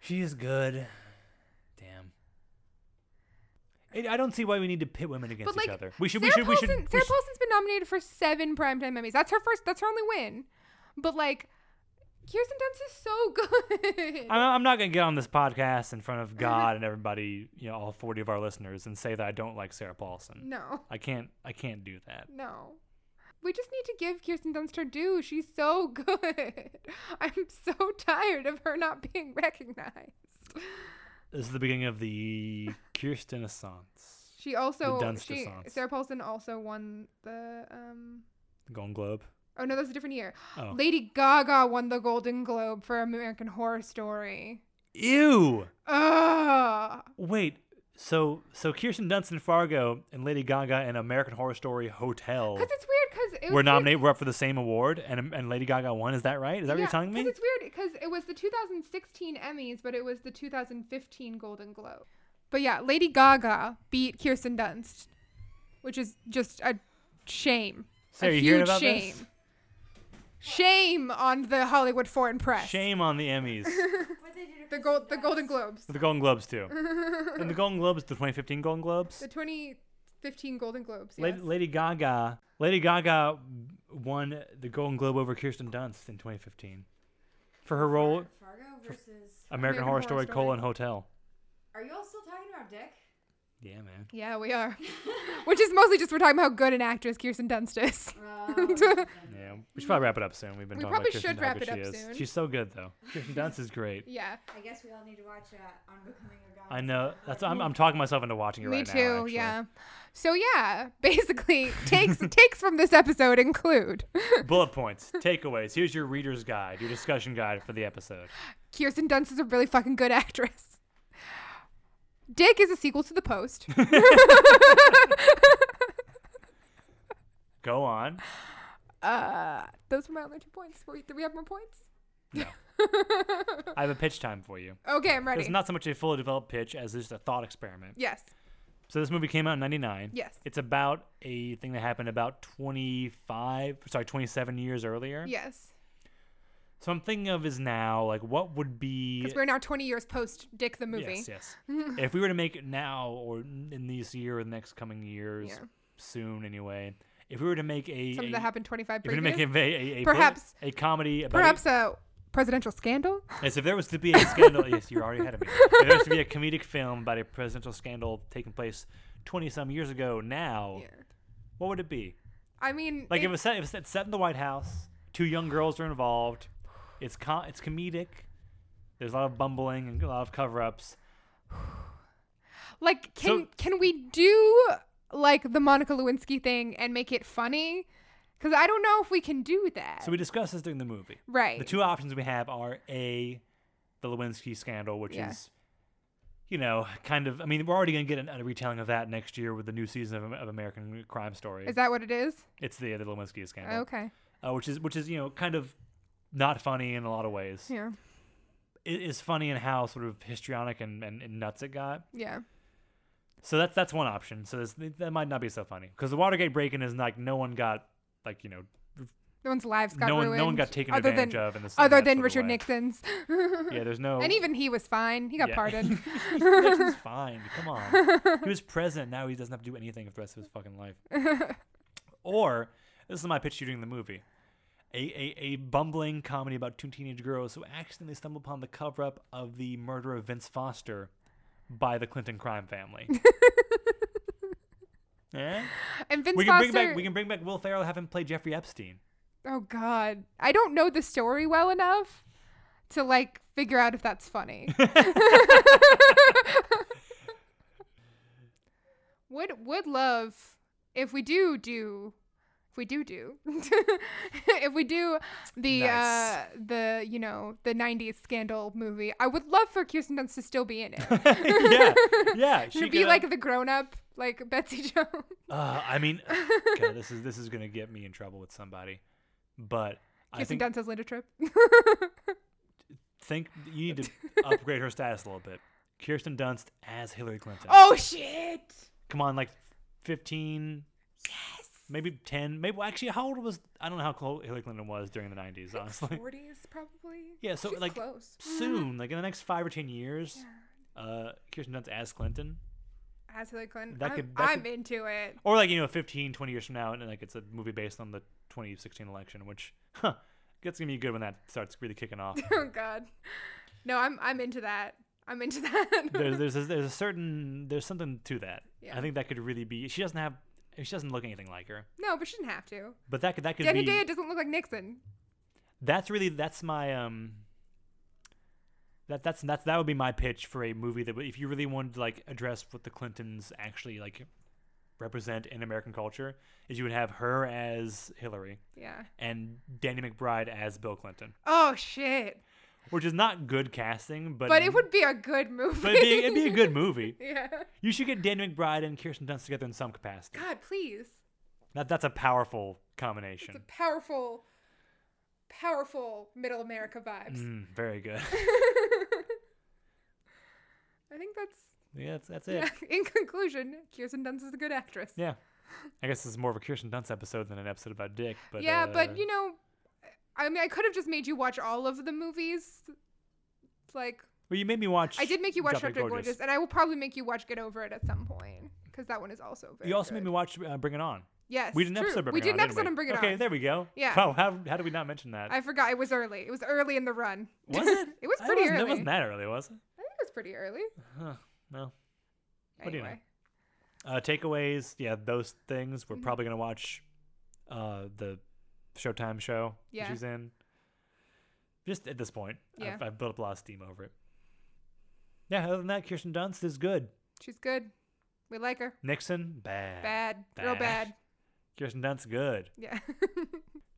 [SPEAKER 1] She is good. Damn. I- I don't see why we need to pit women against
[SPEAKER 2] like,
[SPEAKER 1] each other. We should. we
[SPEAKER 2] Sarah,
[SPEAKER 1] should. we
[SPEAKER 2] Paulson,
[SPEAKER 1] should. we
[SPEAKER 2] Sarah
[SPEAKER 1] should-
[SPEAKER 2] Paulson's been nominated for seven primetime Emmys. That's her first. That's her only win. But like, Kirsten Dunst is so [LAUGHS] good.
[SPEAKER 1] I'm, I'm not going to get on this podcast in front
[SPEAKER 2] [LAUGHS]
[SPEAKER 1] of God and everybody, you know, all 40 of our listeners, and say that I don't like Sarah Paulson.
[SPEAKER 2] no.
[SPEAKER 1] I can't. I can't do that.
[SPEAKER 2] No. We just need to give Kirsten Dunst her due. She's so [LAUGHS] good. I'm so tired of her not being recognized.
[SPEAKER 1] This is the beginning of the Kirsten Assance
[SPEAKER 2] She also
[SPEAKER 1] The Dunst
[SPEAKER 2] she,
[SPEAKER 1] Renaissance.
[SPEAKER 2] Sarah Paulson also won the um
[SPEAKER 1] Golden Globe.
[SPEAKER 2] oh no, that's a different year.
[SPEAKER 1] Oh,
[SPEAKER 2] Lady Gaga won the Golden Globe for American Horror Story.
[SPEAKER 1] ew!
[SPEAKER 2] Ugh.
[SPEAKER 1] Wait, so so Kirsten Dunst in Fargo and Lady Gaga and American Horror Story Hotel
[SPEAKER 2] Cuz it's weird cuz it was
[SPEAKER 1] were
[SPEAKER 2] weird-
[SPEAKER 1] nominated, were up for the same award, and and Lady Gaga won. Is that right? Is that what
[SPEAKER 2] yeah,
[SPEAKER 1] you're telling
[SPEAKER 2] 'cause
[SPEAKER 1] me?
[SPEAKER 2] It's weird cuz it was the 2016 Emmys, but it was the 2015 Golden Globe. But yeah, Lady Gaga beat Kirsten Dunst, which is just a shame.
[SPEAKER 1] Sarah,
[SPEAKER 2] a
[SPEAKER 1] you
[SPEAKER 2] huge
[SPEAKER 1] hearing about
[SPEAKER 2] shame.
[SPEAKER 1] this?
[SPEAKER 2] Shame on the Hollywood Foreign Press.
[SPEAKER 1] Shame on the
[SPEAKER 2] [LAUGHS]
[SPEAKER 1] Emmys,
[SPEAKER 3] What they did to
[SPEAKER 2] The
[SPEAKER 3] Kirsten
[SPEAKER 2] gold, the
[SPEAKER 3] Dunst.
[SPEAKER 2] Golden Globes,
[SPEAKER 1] the Golden Globes
[SPEAKER 2] [LAUGHS]
[SPEAKER 1] too,
[SPEAKER 2] the
[SPEAKER 1] and the Golden Globes, the 2015 Golden Globes.
[SPEAKER 2] 2015 Golden Globes.
[SPEAKER 1] Lady,
[SPEAKER 2] yes.
[SPEAKER 1] Lady Gaga. Lady Gaga won the Golden Globe over Kirsten Dunst in 2015 for her role American,
[SPEAKER 3] Fargo versus.
[SPEAKER 2] American
[SPEAKER 1] Horror,
[SPEAKER 2] Horror
[SPEAKER 1] Story:
[SPEAKER 2] Story.
[SPEAKER 1] Colon Hotel.
[SPEAKER 3] Are you all still talking about
[SPEAKER 4] [LAUGHS]
[SPEAKER 3] Dick?
[SPEAKER 1] Yeah, man.
[SPEAKER 2] Yeah, we are. [LAUGHS] Which is mostly just we're talking about how good an actress Kirsten Dunst is. [LAUGHS]
[SPEAKER 3] Uh,
[SPEAKER 1] Yeah, we should probably wrap it up soon. We've been
[SPEAKER 2] Mm. We
[SPEAKER 1] talking
[SPEAKER 2] probably
[SPEAKER 1] about Kirsten
[SPEAKER 2] should
[SPEAKER 1] how
[SPEAKER 2] wrap
[SPEAKER 1] good
[SPEAKER 2] it
[SPEAKER 1] she
[SPEAKER 2] up
[SPEAKER 1] is.
[SPEAKER 2] soon.
[SPEAKER 1] She's so good though. Kirsten Dunst is great.
[SPEAKER 2] [LAUGHS] yeah.
[SPEAKER 3] I guess we all need to watch uh, On Becoming a God.
[SPEAKER 1] I know. That's I'm, I'm talking myself into watching it
[SPEAKER 2] Me
[SPEAKER 1] right
[SPEAKER 2] too.
[SPEAKER 1] now. actually.
[SPEAKER 2] yeah. So yeah, [LAUGHS] basically
[SPEAKER 1] [LAUGHS]
[SPEAKER 2] takes takes from this episode include [LAUGHS]
[SPEAKER 1] Bullet points, takeaways. Here's your reader's guide, your discussion guide for the episode.
[SPEAKER 2] Kirsten Dunst is a really fucking good actress. Dick is a sequel to
[SPEAKER 1] [LAUGHS]
[SPEAKER 2] The Post. [LAUGHS]
[SPEAKER 1] Go on.
[SPEAKER 2] uh, those were my only two points. Were- Do we have more points?
[SPEAKER 1] No. I have a pitch time for you.
[SPEAKER 2] [LAUGHS] Okay, I'm ready.
[SPEAKER 1] It's not so much a fully developed pitch as just a thought experiment.
[SPEAKER 2] yes.
[SPEAKER 1] So this movie came out in 99.
[SPEAKER 2] Yes.
[SPEAKER 1] It's about a thing that happened about 25, sorry, 27 years earlier.
[SPEAKER 2] Yes.
[SPEAKER 1] So I'm thinking of is now like what would be
[SPEAKER 2] Because we're now 20 years post Dick the movie.
[SPEAKER 1] Yes, yes.
[SPEAKER 2] [LAUGHS]
[SPEAKER 1] if we were to make it now or n- in this year or the next coming years
[SPEAKER 2] Yeah.
[SPEAKER 1] soon anyway, if we were to make a, a-
[SPEAKER 2] Something that happened 25
[SPEAKER 1] if we were to
[SPEAKER 2] previous.
[SPEAKER 1] make a, a, a- a-
[SPEAKER 2] Perhaps-
[SPEAKER 1] a comedy about
[SPEAKER 2] Perhaps a
[SPEAKER 1] [LAUGHS]
[SPEAKER 2] presidential scandal.
[SPEAKER 1] Yes, if there was to be a scandal, yes, you're already ahead of me. If there was to be a comedic film about a presidential scandal taking place 20 some years ago now,
[SPEAKER 2] Yeah.
[SPEAKER 1] what would it be?
[SPEAKER 2] I mean,
[SPEAKER 1] Like,
[SPEAKER 2] it-
[SPEAKER 1] if it's set, if it's set in the White House, two young girls are involved, it's, com- it's comedic, there's a lot of bumbling and a lot of cover ups.
[SPEAKER 2] like can
[SPEAKER 1] so-
[SPEAKER 2] can we do like the Monica Lewinsky thing and make it funny? Because I don't know if we can do that.
[SPEAKER 1] So we discuss this during the movie.
[SPEAKER 2] right.
[SPEAKER 1] The two options we have are A, the Lewinsky scandal, which
[SPEAKER 2] Yeah.
[SPEAKER 1] is. You know, kind of. I mean, we're already going to get a, a retelling of that next year with the new season of, of American Crime Story.
[SPEAKER 2] is that what it is?
[SPEAKER 1] it's the the Lewinsky scandal.
[SPEAKER 2] Okay.
[SPEAKER 1] uh, which is which is you know kind of not funny in a lot of ways.
[SPEAKER 2] Yeah.
[SPEAKER 1] It is funny in how sort of histrionic and, and, and nuts it got.
[SPEAKER 2] Yeah.
[SPEAKER 1] So that's that's one option. So this, that might not be so funny because the Watergate break-in is like no one got like you know
[SPEAKER 2] No one's lives got
[SPEAKER 1] no one
[SPEAKER 2] ruined.
[SPEAKER 1] no one got taken
[SPEAKER 2] other
[SPEAKER 1] advantage
[SPEAKER 2] than,
[SPEAKER 1] of in this in
[SPEAKER 2] Other
[SPEAKER 1] that
[SPEAKER 2] than
[SPEAKER 1] sort of
[SPEAKER 2] Richard
[SPEAKER 1] way.
[SPEAKER 2] Nixon's. [LAUGHS]
[SPEAKER 1] Yeah, there's no
[SPEAKER 2] And even he was fine. He got
[SPEAKER 1] yeah.
[SPEAKER 2] pardoned.
[SPEAKER 1] [LAUGHS]
[SPEAKER 2] [LAUGHS]
[SPEAKER 1] Nixon's fine. Come on, he was president. Now he doesn't have to do anything for the rest of his fucking life. Or this is my pitch to you during the movie. A, a, a bumbling comedy about two teenage girls who accidentally stumble upon the cover up of the murder of Vince Foster by the Clinton crime
[SPEAKER 2] [LAUGHS]
[SPEAKER 1] family. Eh?
[SPEAKER 2] And Vince
[SPEAKER 1] We can
[SPEAKER 2] Foster.
[SPEAKER 1] bring back we can bring back Will Ferrell have him play Jeffrey
[SPEAKER 2] [LAUGHS]
[SPEAKER 1] Epstein.
[SPEAKER 2] oh God, I don't know the story well enough to like figure out if that's funny.
[SPEAKER 1] [LAUGHS]
[SPEAKER 2] would would love if we do do if we do do [LAUGHS] if we do the
[SPEAKER 1] Nice.
[SPEAKER 2] uh the you know the 90s scandal movie i would love for kirsten dunst to still be in
[SPEAKER 1] [LAUGHS] yeah,
[SPEAKER 2] it
[SPEAKER 1] yeah.
[SPEAKER 2] to be
[SPEAKER 1] could, uh, [LAUGHS]
[SPEAKER 2] like the grown-up like betsy jones
[SPEAKER 1] uh, I
[SPEAKER 2] [LAUGHS]
[SPEAKER 1] mean, God, this is this is gonna get me in trouble with somebody. But I
[SPEAKER 2] kirsten
[SPEAKER 1] think
[SPEAKER 2] dunst as
[SPEAKER 1] [LAUGHS]
[SPEAKER 2] linda tripp
[SPEAKER 1] think you
[SPEAKER 2] [LAUGHS]
[SPEAKER 1] need to upgrade her status a little bit. Kirsten Dunst as Hillary Clinton.
[SPEAKER 2] oh shit
[SPEAKER 1] come on, like 15, maybe 10, maybe well, actually, how old was I don't know how old Hillary Clinton was during the 90s, honestly.
[SPEAKER 2] 40s probably
[SPEAKER 1] [LAUGHS] Yeah, so
[SPEAKER 2] She's
[SPEAKER 1] like
[SPEAKER 2] close
[SPEAKER 1] soon, like in the next five or 10 years, uh, Kirsten Dunst as Clinton,
[SPEAKER 2] as hillary clinton
[SPEAKER 1] That
[SPEAKER 2] i'm,
[SPEAKER 1] could- that
[SPEAKER 2] I'm
[SPEAKER 1] could-
[SPEAKER 2] into it [LAUGHS]
[SPEAKER 1] or like you know, 15, 20 years from now, and like it's a movie based on the 2016 election, which huh, that's gonna be good when that starts really kicking
[SPEAKER 2] [LAUGHS]
[SPEAKER 1] off.
[SPEAKER 2] oh god no i'm i'm into that i'm into [LAUGHS] that
[SPEAKER 1] there's there's a, there's a certain there's something to that.
[SPEAKER 2] Yeah.
[SPEAKER 1] I think that could really be. She doesn't have. She doesn't look anything like her,
[SPEAKER 2] no but she didn't have to
[SPEAKER 1] but that could that could
[SPEAKER 2] Danny
[SPEAKER 1] be.
[SPEAKER 2] Day doesn't look like Nixon.
[SPEAKER 1] that's really that's my um that that's that's that would be my pitch for a movie that would- if you really wanted to like address what the clintons actually like represent in american culture is you would have her as hillary
[SPEAKER 2] Yeah.
[SPEAKER 1] and danny mcbride as bill clinton
[SPEAKER 2] Oh shit.
[SPEAKER 1] which is not good casting but
[SPEAKER 2] But it would be a good movie.
[SPEAKER 1] [LAUGHS] but it'd be, it'd be a good movie
[SPEAKER 2] [LAUGHS] yeah.
[SPEAKER 1] you should get danny mcbride and kirsten dunst together in some capacity
[SPEAKER 2] God, please.
[SPEAKER 1] that that's a powerful combination
[SPEAKER 2] It's a powerful, powerful middle America vibes.
[SPEAKER 1] mm, very good
[SPEAKER 2] [LAUGHS]
[SPEAKER 1] [LAUGHS]
[SPEAKER 2] I think that's
[SPEAKER 1] yeah that's, that's it
[SPEAKER 2] yeah. [LAUGHS] In conclusion, Kirsten Dunst is a good actress.
[SPEAKER 1] Yeah. I guess this is more of a Kirsten Dunst episode than an episode about Dick, but
[SPEAKER 2] yeah,
[SPEAKER 1] uh,
[SPEAKER 2] but you know, I mean, I could have just made you watch all of the movies. Like
[SPEAKER 1] well, you made me watch.
[SPEAKER 2] I did make you watch
[SPEAKER 1] Drop Dead
[SPEAKER 2] Dr. Gorgeous. and I will probably make you watch Get Over It at some point because that one is also very.
[SPEAKER 1] You also
[SPEAKER 2] good.
[SPEAKER 1] made me watch uh, Bring It On.
[SPEAKER 2] Yes,
[SPEAKER 1] We did an
[SPEAKER 2] true.
[SPEAKER 1] episode. About
[SPEAKER 2] We
[SPEAKER 1] Bring
[SPEAKER 2] did
[SPEAKER 1] It
[SPEAKER 2] an
[SPEAKER 1] On, didn't
[SPEAKER 2] episode on Bring It
[SPEAKER 1] Okay,
[SPEAKER 2] On.
[SPEAKER 1] there we go.
[SPEAKER 2] Yeah.
[SPEAKER 1] Wow, how, how did we not mention that?
[SPEAKER 2] I forgot it was early. It was early in the run.
[SPEAKER 1] [LAUGHS]
[SPEAKER 2] [LAUGHS]
[SPEAKER 1] was it?
[SPEAKER 2] It was
[SPEAKER 1] I
[SPEAKER 2] pretty
[SPEAKER 1] wasn't- It
[SPEAKER 2] early.
[SPEAKER 1] wasn't that early, was it?
[SPEAKER 2] I think it was pretty early.
[SPEAKER 1] Huh, no. What do you know?
[SPEAKER 2] Anyway,
[SPEAKER 1] Uh, takeaways. Yeah, those things.
[SPEAKER 2] Mm-hmm.
[SPEAKER 1] We're probably gonna watch uh, the Showtime show that
[SPEAKER 2] Yeah.
[SPEAKER 1] she's in. Just at this point,
[SPEAKER 2] Yeah.
[SPEAKER 1] I've, I've built up a lot of steam over it. Yeah. Other than that, Kirsten Dunst is good.
[SPEAKER 2] she's good. We like her.
[SPEAKER 1] Nixon, bad.
[SPEAKER 2] Bad. Real bad.
[SPEAKER 1] Bad. Kirsten Dunst, good.
[SPEAKER 2] Yeah. [LAUGHS]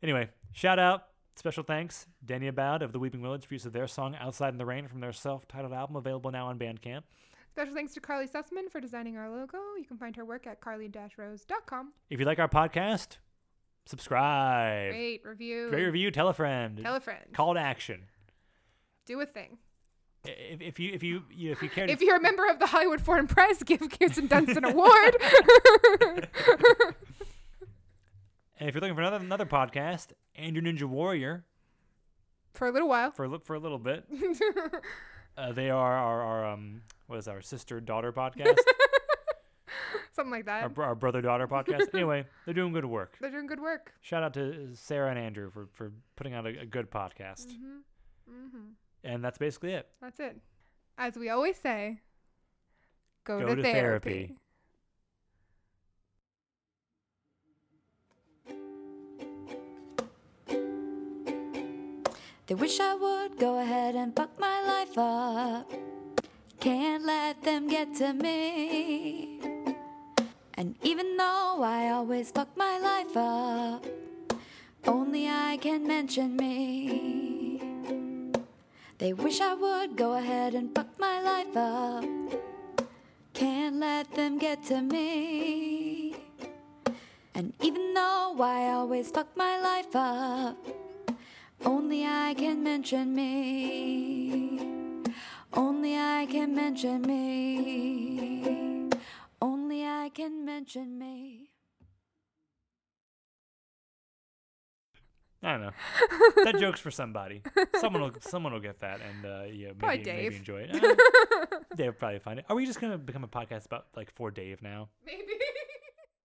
[SPEAKER 1] Anyway, shout out, special thanks, Danny Abad of the Weeping Village for use of their song Outside in the Rain from their self titled album available now on Bandcamp.
[SPEAKER 2] Special thanks to Carly Sussman for designing our logo. You can find her work at carly-rose.com.
[SPEAKER 1] If you like our podcast, subscribe.
[SPEAKER 2] Rate, review,
[SPEAKER 1] Great review, tell a friend.
[SPEAKER 2] tell a friend,
[SPEAKER 1] Call to action.
[SPEAKER 2] do a thing.
[SPEAKER 1] I- If, if you if you you know, if you
[SPEAKER 2] [LAUGHS]
[SPEAKER 1] care to
[SPEAKER 2] If you're a member of the Hollywood Foreign Press, [LAUGHS] give Kirsten Dunst
[SPEAKER 1] [LAUGHS]
[SPEAKER 2] an award.
[SPEAKER 1] and if you're looking for another another podcast, and your Ninja Warrior
[SPEAKER 2] for a little while. [LAUGHS]
[SPEAKER 1] for a li- for a little bit,
[SPEAKER 2] [LAUGHS]
[SPEAKER 1] uh, they are our, our um what is it, our sister daughter podcast.
[SPEAKER 2] something like
[SPEAKER 1] our,
[SPEAKER 2] that.
[SPEAKER 1] br- our brother daughter
[SPEAKER 2] [LAUGHS]
[SPEAKER 1] podcast. anyway, they're doing good work.
[SPEAKER 2] They're doing good work.
[SPEAKER 1] Shout out to Sarah and Andrew for, for putting out a, a good podcast.
[SPEAKER 2] hmm hmm
[SPEAKER 1] And that's basically it.
[SPEAKER 2] That's it. As we always say, go,
[SPEAKER 1] Go
[SPEAKER 2] to,
[SPEAKER 1] to
[SPEAKER 2] therapy.
[SPEAKER 1] therapy.
[SPEAKER 4] They wish I would go ahead and fuck my life up. Can't let them get to me. And even though I always fuck my life up, only I can mention me. They wish I would go ahead and fuck my life up. Can't let them get to me. And even though I always fuck my life up, only I can mention me. Only I can mention me. Only I can mention me.
[SPEAKER 1] I don't know.
[SPEAKER 2] [LAUGHS]
[SPEAKER 1] that joke's for somebody. Someone will someone will get that, and uh, yeah, maybe,
[SPEAKER 2] Probably
[SPEAKER 1] maybe
[SPEAKER 2] Dave. [LAUGHS]
[SPEAKER 1] enjoy it. Uh, Dave will probably find it. Are we just gonna become a podcast about like for Dave now?
[SPEAKER 2] Maybe.